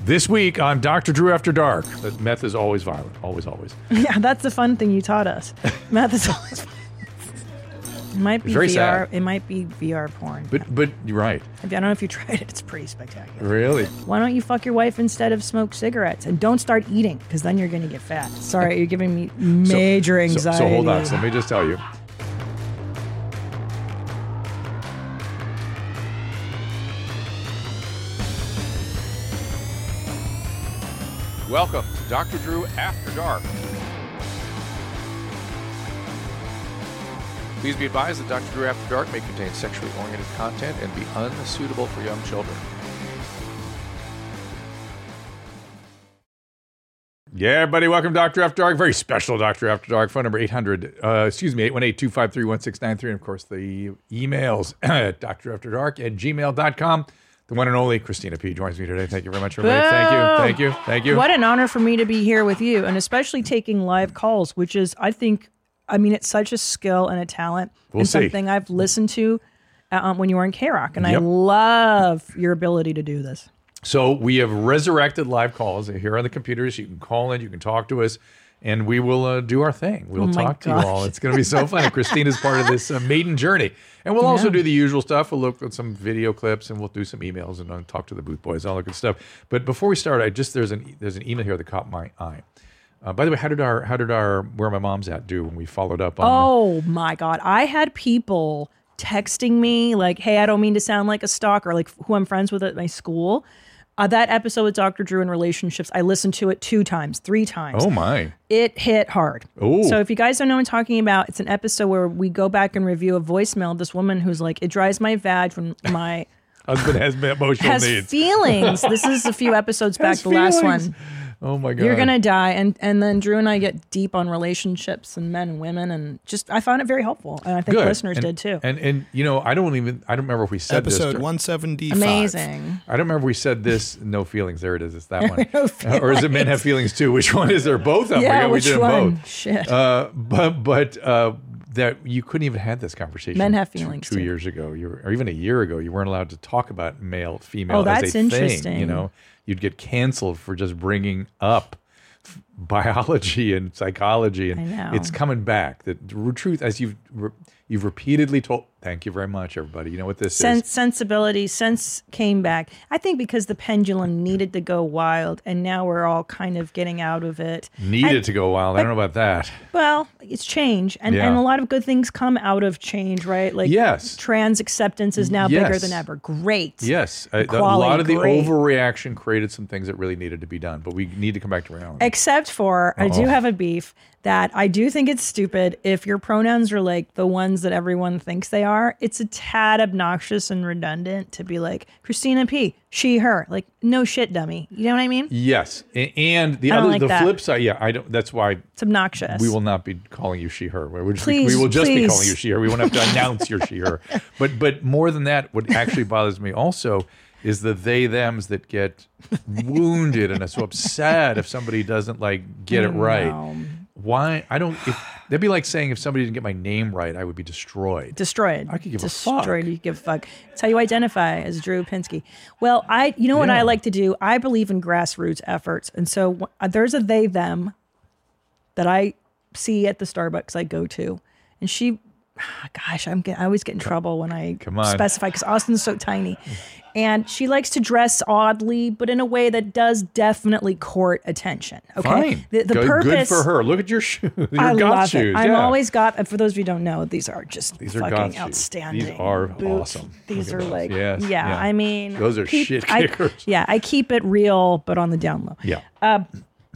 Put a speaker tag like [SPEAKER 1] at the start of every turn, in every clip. [SPEAKER 1] This week on Dr. Drew After Dark, that meth is always violent. Always, always.
[SPEAKER 2] Yeah, that's the fun thing you taught us. Math is always fun. It might be
[SPEAKER 1] very
[SPEAKER 2] VR.
[SPEAKER 1] sad.
[SPEAKER 2] It might be VR porn.
[SPEAKER 1] But but you're right.
[SPEAKER 2] I don't know if you tried it. It's pretty spectacular.
[SPEAKER 1] Really?
[SPEAKER 2] Why don't you fuck your wife instead of smoke cigarettes and don't start eating because then you're going to get fat. Sorry, you're giving me major
[SPEAKER 1] So-
[SPEAKER 2] anxiety.
[SPEAKER 1] So, hold on. So let me just tell you.
[SPEAKER 3] Welcome to Dr. Drew After Dark. Please be advised that Dr. Drew After Dark may contain sexually oriented content and be unsuitable for young children.
[SPEAKER 1] Yeah, everybody, welcome to Dr. After Dark. Very special Dr. After Dark. Phone number 800, uh, excuse me, 818 253 1693. And of course, the emails at drafterdark at gmail.com. The one and only Christina P joins me today. Thank you very much, everybody.
[SPEAKER 2] Boom.
[SPEAKER 1] Thank you. Thank you. Thank you.
[SPEAKER 2] What an honor for me to be here with you, and especially taking live calls, which is, I think, I mean, it's such a skill and a talent,
[SPEAKER 1] We'll
[SPEAKER 2] and
[SPEAKER 1] see.
[SPEAKER 2] something I've listened to uh, um, when you were in K Rock, and I
[SPEAKER 1] Yep.
[SPEAKER 2] love your ability to do this.
[SPEAKER 1] So we have resurrected live calls here on the computers. You can call in, you can talk to us, and we will uh, do our thing. We'll
[SPEAKER 2] Oh my
[SPEAKER 1] talk to
[SPEAKER 2] gosh.
[SPEAKER 1] you all. It's going to be so fun. Christina's part of this uh, maiden journey, and we'll also do the usual stuff. We'll look at some video clips, and we'll do some emails, and uh, talk to the booth boys, all that good stuff. But before we start, I just there's an there's an email here that caught my eye. Uh, by the way, how did our how did our where my mom's at do when we followed up on?
[SPEAKER 2] Oh my God. I had people texting me, like, hey, I don't mean to sound like a stalker, like who I'm friends with at my school. Uh, that episode with Dr. Drew in relationships, I listened to it two times, three times.
[SPEAKER 1] Oh my!
[SPEAKER 2] It hit hard.
[SPEAKER 1] Ooh.
[SPEAKER 2] So if you guys don't know what I'm talking about, it's an episode where we go back and review a voicemail of this woman who's like, it dries my vag when my
[SPEAKER 1] Husband has emotional
[SPEAKER 2] has
[SPEAKER 1] needs.
[SPEAKER 2] feelings. this is a few episodes back,
[SPEAKER 1] Has
[SPEAKER 2] the last
[SPEAKER 1] feelings.
[SPEAKER 2] one.
[SPEAKER 1] oh my god!
[SPEAKER 2] You're gonna die, and and then Drew and I get deep on relationships and men and women, and just I found it very helpful, and I think
[SPEAKER 1] Good.
[SPEAKER 2] listeners
[SPEAKER 1] And-
[SPEAKER 2] did too.
[SPEAKER 1] And and you know, I don't even I don't remember if we said this
[SPEAKER 4] episode
[SPEAKER 1] dur-
[SPEAKER 4] 175.
[SPEAKER 2] Amazing.
[SPEAKER 1] I don't remember if we said this. No feelings. There it is. It's that one. Uh, or is it men have feelings too? Which one is there? Both of them.
[SPEAKER 2] yeah,
[SPEAKER 1] we, got- we
[SPEAKER 2] which
[SPEAKER 1] did 'em
[SPEAKER 2] one?
[SPEAKER 1] both.
[SPEAKER 2] Shit.
[SPEAKER 1] Uh, but but uh, that you couldn't even have this conversation.
[SPEAKER 2] Men have
[SPEAKER 1] two-
[SPEAKER 2] feelings,
[SPEAKER 1] Two,
[SPEAKER 2] too.
[SPEAKER 1] years ago, you were, or even a year ago, you weren't allowed to talk about male female.
[SPEAKER 2] Oh,
[SPEAKER 1] as
[SPEAKER 2] that's
[SPEAKER 1] a Thing, you
[SPEAKER 2] interesting.
[SPEAKER 1] know, you'd get canceled for just bringing up f- biology and psychology, and
[SPEAKER 2] I know.
[SPEAKER 1] it's coming back. The r- truth, as you've re- you've repeatedly told. Thank you very much, everybody. You know what this
[SPEAKER 2] sense
[SPEAKER 1] is.
[SPEAKER 2] sensibility sense came back. I think because the pendulum needed to go wild, and now we're all kind of getting out of it.
[SPEAKER 1] Needed to go wild. I don't know about that.
[SPEAKER 2] Well, it's change, and,
[SPEAKER 1] Yeah.
[SPEAKER 2] and a lot of good things come out of change, right? Like
[SPEAKER 1] Yes.
[SPEAKER 2] trans acceptance is now bigger
[SPEAKER 1] Yes.
[SPEAKER 2] than ever. Great.
[SPEAKER 1] Yes, I- the- a
[SPEAKER 2] Equality,
[SPEAKER 1] lot of the
[SPEAKER 2] great.
[SPEAKER 1] overreaction created some things that really needed to be done, but we need to come back to reality.
[SPEAKER 2] Except for I do have a beef that I do think it's stupid if your pronouns are like the ones that everyone thinks they are. It's a tad obnoxious and redundant to be like Christina P, she, her. Like, no shit, dummy. You know what I mean?
[SPEAKER 1] yes, A- and the
[SPEAKER 2] I don't
[SPEAKER 1] other
[SPEAKER 2] like
[SPEAKER 1] the
[SPEAKER 2] that.
[SPEAKER 1] flip side, yeah, I don't. That's why
[SPEAKER 2] It's obnoxious.
[SPEAKER 1] we will not be calling you she her. We're just,
[SPEAKER 2] Please,
[SPEAKER 1] we will just be
[SPEAKER 2] please.
[SPEAKER 1] calling you she her. We won't have to announce your she her. But but more than that, what actually bothers me also is the they thems that get wounded and are so upset if somebody doesn't like get it right. Why I don't. If, that'd be like saying if somebody didn't get my name right, I would be destroyed.
[SPEAKER 2] destroyed.
[SPEAKER 1] I could give a
[SPEAKER 2] destroyed.
[SPEAKER 1] fuck.
[SPEAKER 2] You give a fuck. It's how you identify as Drew Pinsky. Well, I, you know what
[SPEAKER 1] Yeah.
[SPEAKER 2] I like to do. I believe in grassroots efforts, and so wh- uh, there's a they them that I see at the Starbucks I go to, and she, ah, gosh, I'm get, I always get in trouble when I
[SPEAKER 1] Come on.
[SPEAKER 2] specify because Austin's so tiny, and she likes to dress oddly, but in a way that does definitely court attention. Okay,
[SPEAKER 1] Fine.
[SPEAKER 2] the, the
[SPEAKER 1] good,
[SPEAKER 2] purpose
[SPEAKER 1] good for her. Look at your shoes. Your
[SPEAKER 2] I
[SPEAKER 1] goth
[SPEAKER 2] love
[SPEAKER 1] shoes.
[SPEAKER 2] it. I'm
[SPEAKER 1] yeah.
[SPEAKER 2] always got. For those of you who don't know, these are just
[SPEAKER 1] These are goth
[SPEAKER 2] fucking
[SPEAKER 1] shoes.
[SPEAKER 2] outstanding.
[SPEAKER 1] These are
[SPEAKER 2] boots.
[SPEAKER 1] awesome.
[SPEAKER 2] These
[SPEAKER 1] Look
[SPEAKER 2] are
[SPEAKER 1] at those.
[SPEAKER 2] like,
[SPEAKER 1] Yes,
[SPEAKER 2] yeah,
[SPEAKER 1] yeah.
[SPEAKER 2] I mean,
[SPEAKER 1] Those are shit
[SPEAKER 2] I-
[SPEAKER 1] kickers.
[SPEAKER 2] yeah, I keep it real, but on the down low. Uh,
[SPEAKER 1] Yeah.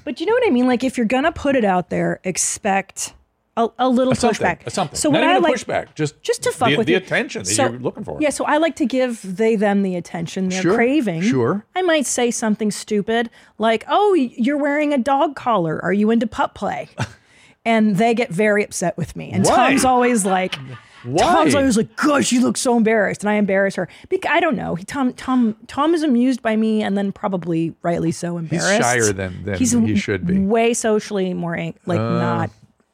[SPEAKER 2] But you know what I mean? Like, if you're gonna put it out there, expect a, a little
[SPEAKER 1] something.
[SPEAKER 2] pushback.
[SPEAKER 1] a something.
[SPEAKER 2] So
[SPEAKER 1] Not
[SPEAKER 2] what
[SPEAKER 1] even
[SPEAKER 2] I
[SPEAKER 1] a
[SPEAKER 2] like,
[SPEAKER 1] pushback. Just
[SPEAKER 2] just to fuck
[SPEAKER 1] the,
[SPEAKER 2] with
[SPEAKER 1] the
[SPEAKER 2] you.
[SPEAKER 1] attention that
[SPEAKER 2] So-
[SPEAKER 1] you're looking for.
[SPEAKER 2] Yeah, so I like to give they them the attention they're
[SPEAKER 1] Sure,
[SPEAKER 2] craving.
[SPEAKER 1] sure.
[SPEAKER 2] I might say something stupid like, "Oh, y- you're wearing a dog collar. Are you into pup play?" and they get very upset with me. And
[SPEAKER 1] Why?
[SPEAKER 2] Tom's always like. Tom's
[SPEAKER 1] Why?
[SPEAKER 2] always like, "Gosh, you look so embarrassed," and I embarrass her. Because I don't know. He, Tom, Tom, Tom is amused by me, and then probably rightly so
[SPEAKER 1] He's
[SPEAKER 2] embarrassed.
[SPEAKER 1] shyer than, than
[SPEAKER 2] He's
[SPEAKER 1] he should be.
[SPEAKER 2] Way socially more ang- like not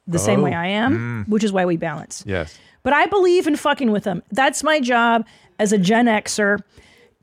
[SPEAKER 2] the same
[SPEAKER 1] Oh.
[SPEAKER 2] way I am,
[SPEAKER 1] Mm.
[SPEAKER 2] which is why we balance.
[SPEAKER 1] Yes.
[SPEAKER 2] But I believe in fucking with them. That's my job as a Gen Xer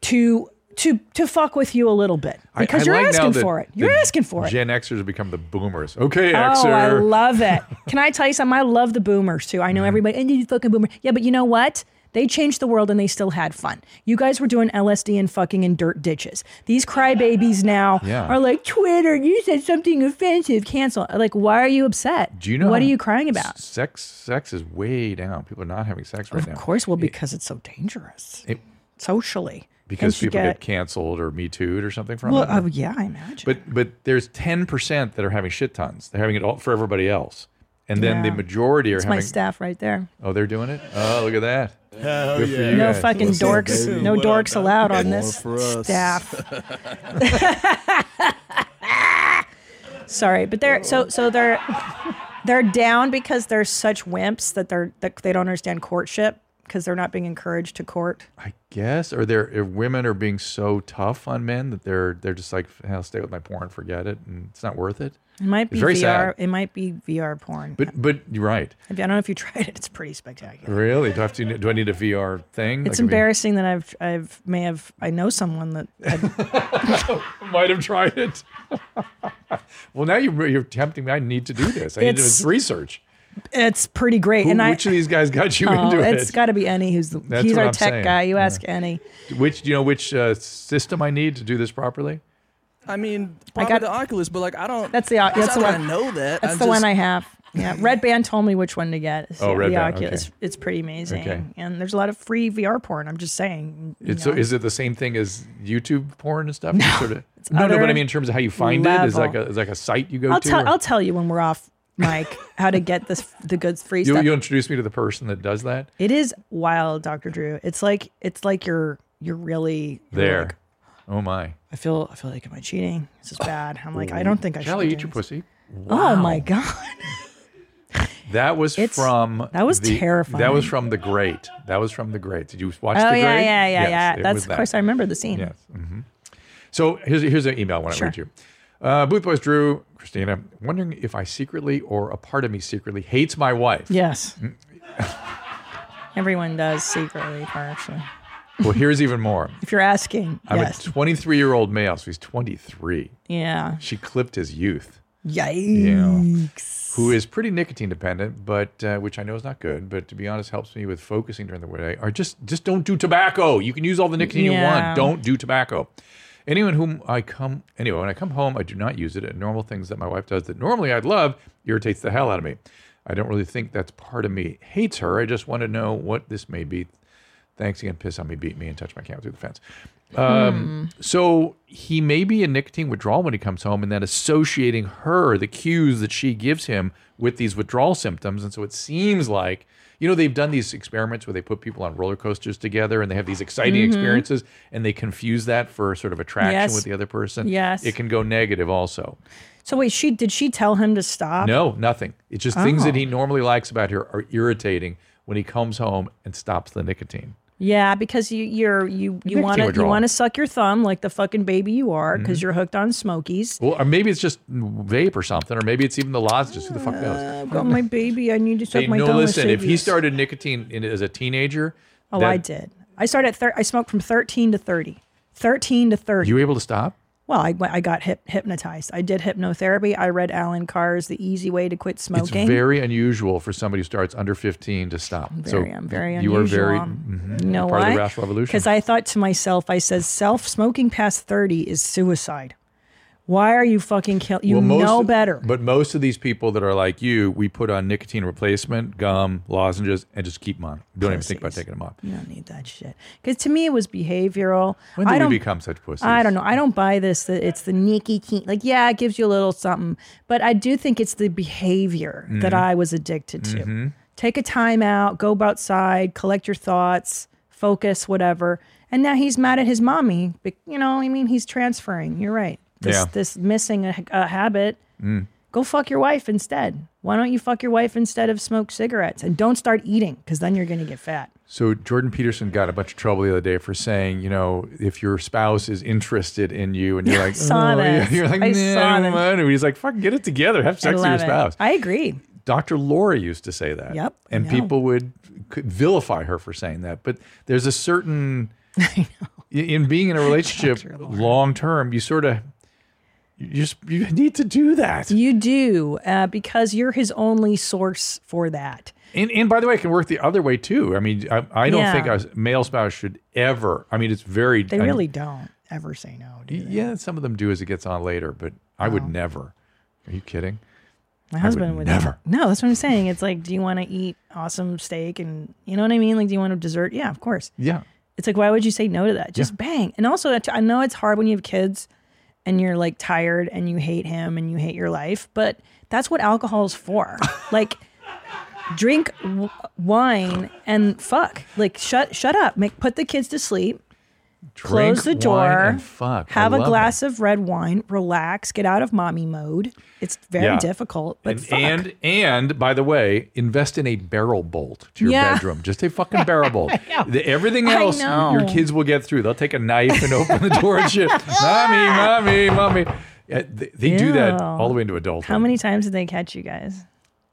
[SPEAKER 2] to to to fuck with you a little bit because
[SPEAKER 1] I
[SPEAKER 2] you're
[SPEAKER 1] like now
[SPEAKER 2] asking
[SPEAKER 1] that
[SPEAKER 2] for it. You're
[SPEAKER 1] the
[SPEAKER 2] asking for it.
[SPEAKER 1] Gen Xers have become the boomers. Okay,
[SPEAKER 2] Oh, I
[SPEAKER 1] Xer.
[SPEAKER 2] love it. Can I tell you something? I love the boomers too. I
[SPEAKER 1] Mm-hmm.
[SPEAKER 2] know everybody, and you fucking boomer. Yeah, but you know what? They changed the world and they still had fun. You guys were doing LSD and fucking in dirt ditches. These crybabies now
[SPEAKER 1] Yeah.
[SPEAKER 2] are like, Twitter, you said something offensive, cancel. Like, why are you upset?
[SPEAKER 1] Do you know
[SPEAKER 2] What are
[SPEAKER 1] how
[SPEAKER 2] you crying
[SPEAKER 1] s-
[SPEAKER 2] about?
[SPEAKER 1] Sex, sex is way down. People are not having sex right now.
[SPEAKER 2] Of course, well, because it's so dangerous
[SPEAKER 1] It-
[SPEAKER 2] socially.
[SPEAKER 1] because
[SPEAKER 2] And you
[SPEAKER 1] people get, canceled or me too'd or something from
[SPEAKER 2] Well,
[SPEAKER 1] it.
[SPEAKER 2] oh, yeah, I imagine.
[SPEAKER 1] But but there's ten percent that are having shit tons. They're having it all for everybody else, and then the
[SPEAKER 2] Yeah.
[SPEAKER 1] majority are
[SPEAKER 2] it's my
[SPEAKER 1] having.
[SPEAKER 2] staff right there.
[SPEAKER 1] oh, they're doing it. Oh, look at that. Good for you
[SPEAKER 2] No
[SPEAKER 1] guys.
[SPEAKER 2] fucking
[SPEAKER 4] Listen,
[SPEAKER 2] dorks.
[SPEAKER 4] baby,
[SPEAKER 2] no
[SPEAKER 4] what
[SPEAKER 2] dorks
[SPEAKER 4] I got
[SPEAKER 2] allowed on
[SPEAKER 4] more
[SPEAKER 2] this
[SPEAKER 4] for us.
[SPEAKER 2] staff. Sorry, but they're so so they're they're down because they're such wimps that they're that they don't understand courtship because they're not being encouraged to court.
[SPEAKER 1] I guess, or they're or women are being so tough on men that they're they're just like, I'll stay with my porn, forget it, and it's not worth it.
[SPEAKER 2] It might be
[SPEAKER 1] It's very
[SPEAKER 2] VR.
[SPEAKER 1] sad.
[SPEAKER 2] It might be VR porn.
[SPEAKER 1] But but you're right.
[SPEAKER 2] I don't know if you tried it. It's pretty spectacular.
[SPEAKER 1] Really? Do I have to? Do I need a VR thing?
[SPEAKER 2] It's
[SPEAKER 1] Like, I mean,
[SPEAKER 2] embarrassing that I've I've may have I know someone that I've,
[SPEAKER 1] might have tried it. well, now you're you're tempting me. I need to do this. I need to do
[SPEAKER 2] It's-
[SPEAKER 1] this research.
[SPEAKER 2] it's pretty great.
[SPEAKER 1] Who,
[SPEAKER 2] and I
[SPEAKER 1] which of these guys got you
[SPEAKER 2] oh,
[SPEAKER 1] into it?
[SPEAKER 2] it's got to be Annie who's the,
[SPEAKER 1] That's
[SPEAKER 2] he's
[SPEAKER 1] what
[SPEAKER 2] our
[SPEAKER 1] I'm
[SPEAKER 2] tech
[SPEAKER 1] saying.
[SPEAKER 2] guy. You
[SPEAKER 1] Yeah.
[SPEAKER 2] ask Annie.
[SPEAKER 1] Which do you know which uh, system I need to do this properly?
[SPEAKER 4] I mean, probably
[SPEAKER 2] got-
[SPEAKER 4] the Oculus, but like I don't.
[SPEAKER 2] That's the-
[SPEAKER 4] it's
[SPEAKER 2] that's
[SPEAKER 4] not
[SPEAKER 2] the
[SPEAKER 4] that
[SPEAKER 2] one-
[SPEAKER 4] I know that.
[SPEAKER 2] That's
[SPEAKER 4] I'm
[SPEAKER 2] the
[SPEAKER 4] just-
[SPEAKER 2] one I have. Yeah, Red Band told me which one to get. It's
[SPEAKER 1] Oh,
[SPEAKER 2] the-
[SPEAKER 1] Red
[SPEAKER 2] the
[SPEAKER 1] Band,
[SPEAKER 2] Oculus.
[SPEAKER 1] okay.
[SPEAKER 2] It's pretty amazing,
[SPEAKER 1] Okay.
[SPEAKER 2] and there's a lot of free VR porn. I'm just saying. you
[SPEAKER 1] It's
[SPEAKER 2] know.
[SPEAKER 1] so is it the same thing as YouTube porn and stuff? No, sort of, no, no.
[SPEAKER 2] other
[SPEAKER 1] But I mean, in terms of how you find it, is
[SPEAKER 2] level.
[SPEAKER 1] like a is like a site you go
[SPEAKER 2] I'll
[SPEAKER 1] to.
[SPEAKER 2] tell
[SPEAKER 1] or-
[SPEAKER 2] I'll tell you when we're off, Mike, how to get this the good free
[SPEAKER 1] you,
[SPEAKER 2] stuff.
[SPEAKER 1] you introduce me to the person that does that.
[SPEAKER 2] It is wild, Doctor Drew. It's like it's like you're you're really you're
[SPEAKER 1] There.
[SPEAKER 2] like,
[SPEAKER 1] oh my.
[SPEAKER 2] I feel I feel like am I cheating? This is bad. I'm like I don't think I should.
[SPEAKER 1] Kelly,
[SPEAKER 2] be
[SPEAKER 1] eat your
[SPEAKER 2] doing
[SPEAKER 1] pussy.
[SPEAKER 2] this. Oh my god.
[SPEAKER 1] That was
[SPEAKER 2] It's-
[SPEAKER 1] from
[SPEAKER 2] that was
[SPEAKER 1] the, That
[SPEAKER 2] terrifying.
[SPEAKER 1] was from The Great. That was from The Great. Did you watch
[SPEAKER 2] Oh
[SPEAKER 1] The Great?
[SPEAKER 2] yeah, yeah, yeah,
[SPEAKER 1] Yes,
[SPEAKER 2] yeah.
[SPEAKER 1] it
[SPEAKER 2] That's
[SPEAKER 1] was
[SPEAKER 2] of
[SPEAKER 1] that.
[SPEAKER 2] course I remember the scene.
[SPEAKER 1] Yes. hmm So here's here's an email I want to
[SPEAKER 2] Sure.
[SPEAKER 1] read you. Uh, Booth Boys Drew, Christina, wondering if I secretly or a part of me secretly hates my wife.
[SPEAKER 2] Yes.
[SPEAKER 1] Mm.
[SPEAKER 2] Everyone does secretly, partially.
[SPEAKER 1] Well, here's even more.
[SPEAKER 2] If you're asking,
[SPEAKER 1] I'm
[SPEAKER 2] yes.
[SPEAKER 1] a 23 year old male, so he's 23.
[SPEAKER 2] yeah.
[SPEAKER 1] She clipped his youth,
[SPEAKER 2] Yikes.
[SPEAKER 1] who is pretty nicotine dependent, but uh, which I know is not good. But to be honest, helps me with focusing during the day. Or just just don't do tobacco. You can use all the nicotine
[SPEAKER 2] Yeah.
[SPEAKER 1] you want. Don't do tobacco. Anyone whom I come anyway, when I come home, I do not use it. And normal things that my wife does that normally I'd love irritates the hell out of me. I don't really think that's part of me hates her. I just want to know what this may be. Thanks again. Piss on me, beat me, and touch my cat through the fence. Um, So he may be in nicotine withdrawal when he comes home, and then associating her, the cues that she gives him with these withdrawal symptoms. And so it seems like, you know, they've done these experiments where they put people on roller coasters together and they have these exciting experiences and they confuse that for sort of attraction
[SPEAKER 2] Yes.
[SPEAKER 1] with the other person.
[SPEAKER 2] Yes.
[SPEAKER 1] It can go negative also.
[SPEAKER 2] So wait, she did she tell him to stop?
[SPEAKER 1] No, nothing. It's just things
[SPEAKER 2] Oh.
[SPEAKER 1] that he normally likes about her are irritating when he comes home and stops the nicotine.
[SPEAKER 2] Yeah, because you you're you you want to you
[SPEAKER 1] withdrawal.
[SPEAKER 2] want to suck your thumb like the fucking baby you are
[SPEAKER 1] Mm-hmm.
[SPEAKER 2] because you're hooked on Smokies.
[SPEAKER 1] Well, or maybe it's just vape or something, or maybe it's even the lozenges. Who the fuck knows?
[SPEAKER 2] I've got Oh, my baby. I need to suck
[SPEAKER 1] Hey,
[SPEAKER 2] my
[SPEAKER 1] no,
[SPEAKER 2] thumb. with
[SPEAKER 1] listen. If he
[SPEAKER 2] Saviors.
[SPEAKER 1] started nicotine in, as a teenager,
[SPEAKER 2] oh,
[SPEAKER 1] that-
[SPEAKER 2] I did. I started. At thir- I smoked from thirteen to thirty. Thirteen to thirty.
[SPEAKER 1] You were able to stop?
[SPEAKER 2] Well, I, went- I got hyp hypnotized. I did hypnotherapy. I read Alan Carr's The Easy Way to Quit
[SPEAKER 1] It's
[SPEAKER 2] Smoking.
[SPEAKER 1] very unusual for somebody who starts under fifteen to stop.
[SPEAKER 2] very, I'm very
[SPEAKER 1] you
[SPEAKER 2] unusual.
[SPEAKER 1] are very mm-hmm,
[SPEAKER 2] Mhm. you know
[SPEAKER 1] part of
[SPEAKER 2] why?
[SPEAKER 1] the rational revolution.
[SPEAKER 2] Because I thought to myself, I said, self smoking past 30 is suicide. Why are you fucking kill? You know better.
[SPEAKER 1] But most of these people that are like you, we put on nicotine replacement, gum, lozenges, and just keep them on. Don't even think about
[SPEAKER 2] Pussies.
[SPEAKER 1] taking them off.
[SPEAKER 2] you don't need that shit. Because to me, it was behavioral.
[SPEAKER 1] When
[SPEAKER 2] I
[SPEAKER 1] do
[SPEAKER 2] don't.
[SPEAKER 1] we become such pussies?
[SPEAKER 2] I don't know. I don't buy this. That it's the nicotine. Like, yeah, it gives you a little something, but I do think it's the behavior that
[SPEAKER 1] Mm-hmm.
[SPEAKER 2] I was addicted to. Take a time out, go outside, collect your thoughts, focus, whatever. And now he's mad at his mommy. But, you know, I mean, he's transferring. You're right. This,
[SPEAKER 1] Yeah.
[SPEAKER 2] this missing a, a habit. Go fuck your wife instead. Why don't you fuck your wife instead of smoke cigarettes and don't start eating because then you're going to get fat.
[SPEAKER 1] So Jordan Peterson got in a bunch of trouble the other day for saying, you know, if your spouse is interested in you and you're like,
[SPEAKER 2] saw
[SPEAKER 1] "Oh,"
[SPEAKER 2] this.
[SPEAKER 1] you're like,
[SPEAKER 2] I
[SPEAKER 1] nah,
[SPEAKER 2] saw
[SPEAKER 1] I don't
[SPEAKER 2] this.
[SPEAKER 1] want to." He's like, fuck, get it together, have
[SPEAKER 2] I
[SPEAKER 1] sex with your
[SPEAKER 2] love it.
[SPEAKER 1] spouse.
[SPEAKER 2] I agree.
[SPEAKER 1] Dr. Laura used to say that.
[SPEAKER 2] Yep, I
[SPEAKER 1] And
[SPEAKER 2] know.
[SPEAKER 1] people would could vilify her for saying that. But there's a certain I- in being in a relationship
[SPEAKER 2] Lord.
[SPEAKER 1] long term, you sort of you just you need to do that.
[SPEAKER 2] You do, uh, because you're his only source for that.
[SPEAKER 1] And, and by the way, it can work the other way too. I mean, I, I don't
[SPEAKER 2] Yeah.
[SPEAKER 1] think a male spouse should ever. I mean, it's very.
[SPEAKER 2] They really don't ever say no, Oh, do they?
[SPEAKER 1] yeah, some of them do as it gets on later, but I would never. Are you kidding?
[SPEAKER 2] My husband would,
[SPEAKER 1] never.
[SPEAKER 2] No, that's what I'm saying. It's like, do you want to eat awesome steak and you know what I mean? Like, do you want a dessert? Yeah, of course.
[SPEAKER 1] Yeah.
[SPEAKER 2] It's like, why would you say no to that? Just bang. And also, I I know it's hard when you have kids and you're like tired and you hate him and you hate your life, but that's what alcohol is for. like, drink w- wine and fuck. Like, shut shut up. Make put the kids to sleep. Close
[SPEAKER 1] Drink
[SPEAKER 2] the
[SPEAKER 1] wine
[SPEAKER 2] door.
[SPEAKER 1] and fuck. I
[SPEAKER 2] Have a
[SPEAKER 1] love
[SPEAKER 2] glass
[SPEAKER 1] it.
[SPEAKER 2] of red wine. Relax. Get out of mommy mode. It's very
[SPEAKER 1] Yeah.
[SPEAKER 2] difficult, but
[SPEAKER 1] And,
[SPEAKER 2] fuck.
[SPEAKER 1] and and by the way, invest in a barrel bolt to your
[SPEAKER 2] Yeah.
[SPEAKER 1] bedroom. Just a fucking barrel bolt. The- everything
[SPEAKER 2] I
[SPEAKER 1] else
[SPEAKER 2] know.
[SPEAKER 1] your kids will get through. They'll take a knife and open the door and shit. mommy, mommy, mommy. Uh, They, they do that
[SPEAKER 2] Ew.
[SPEAKER 1] all the way into adulthood.
[SPEAKER 2] How many times did they catch you guys?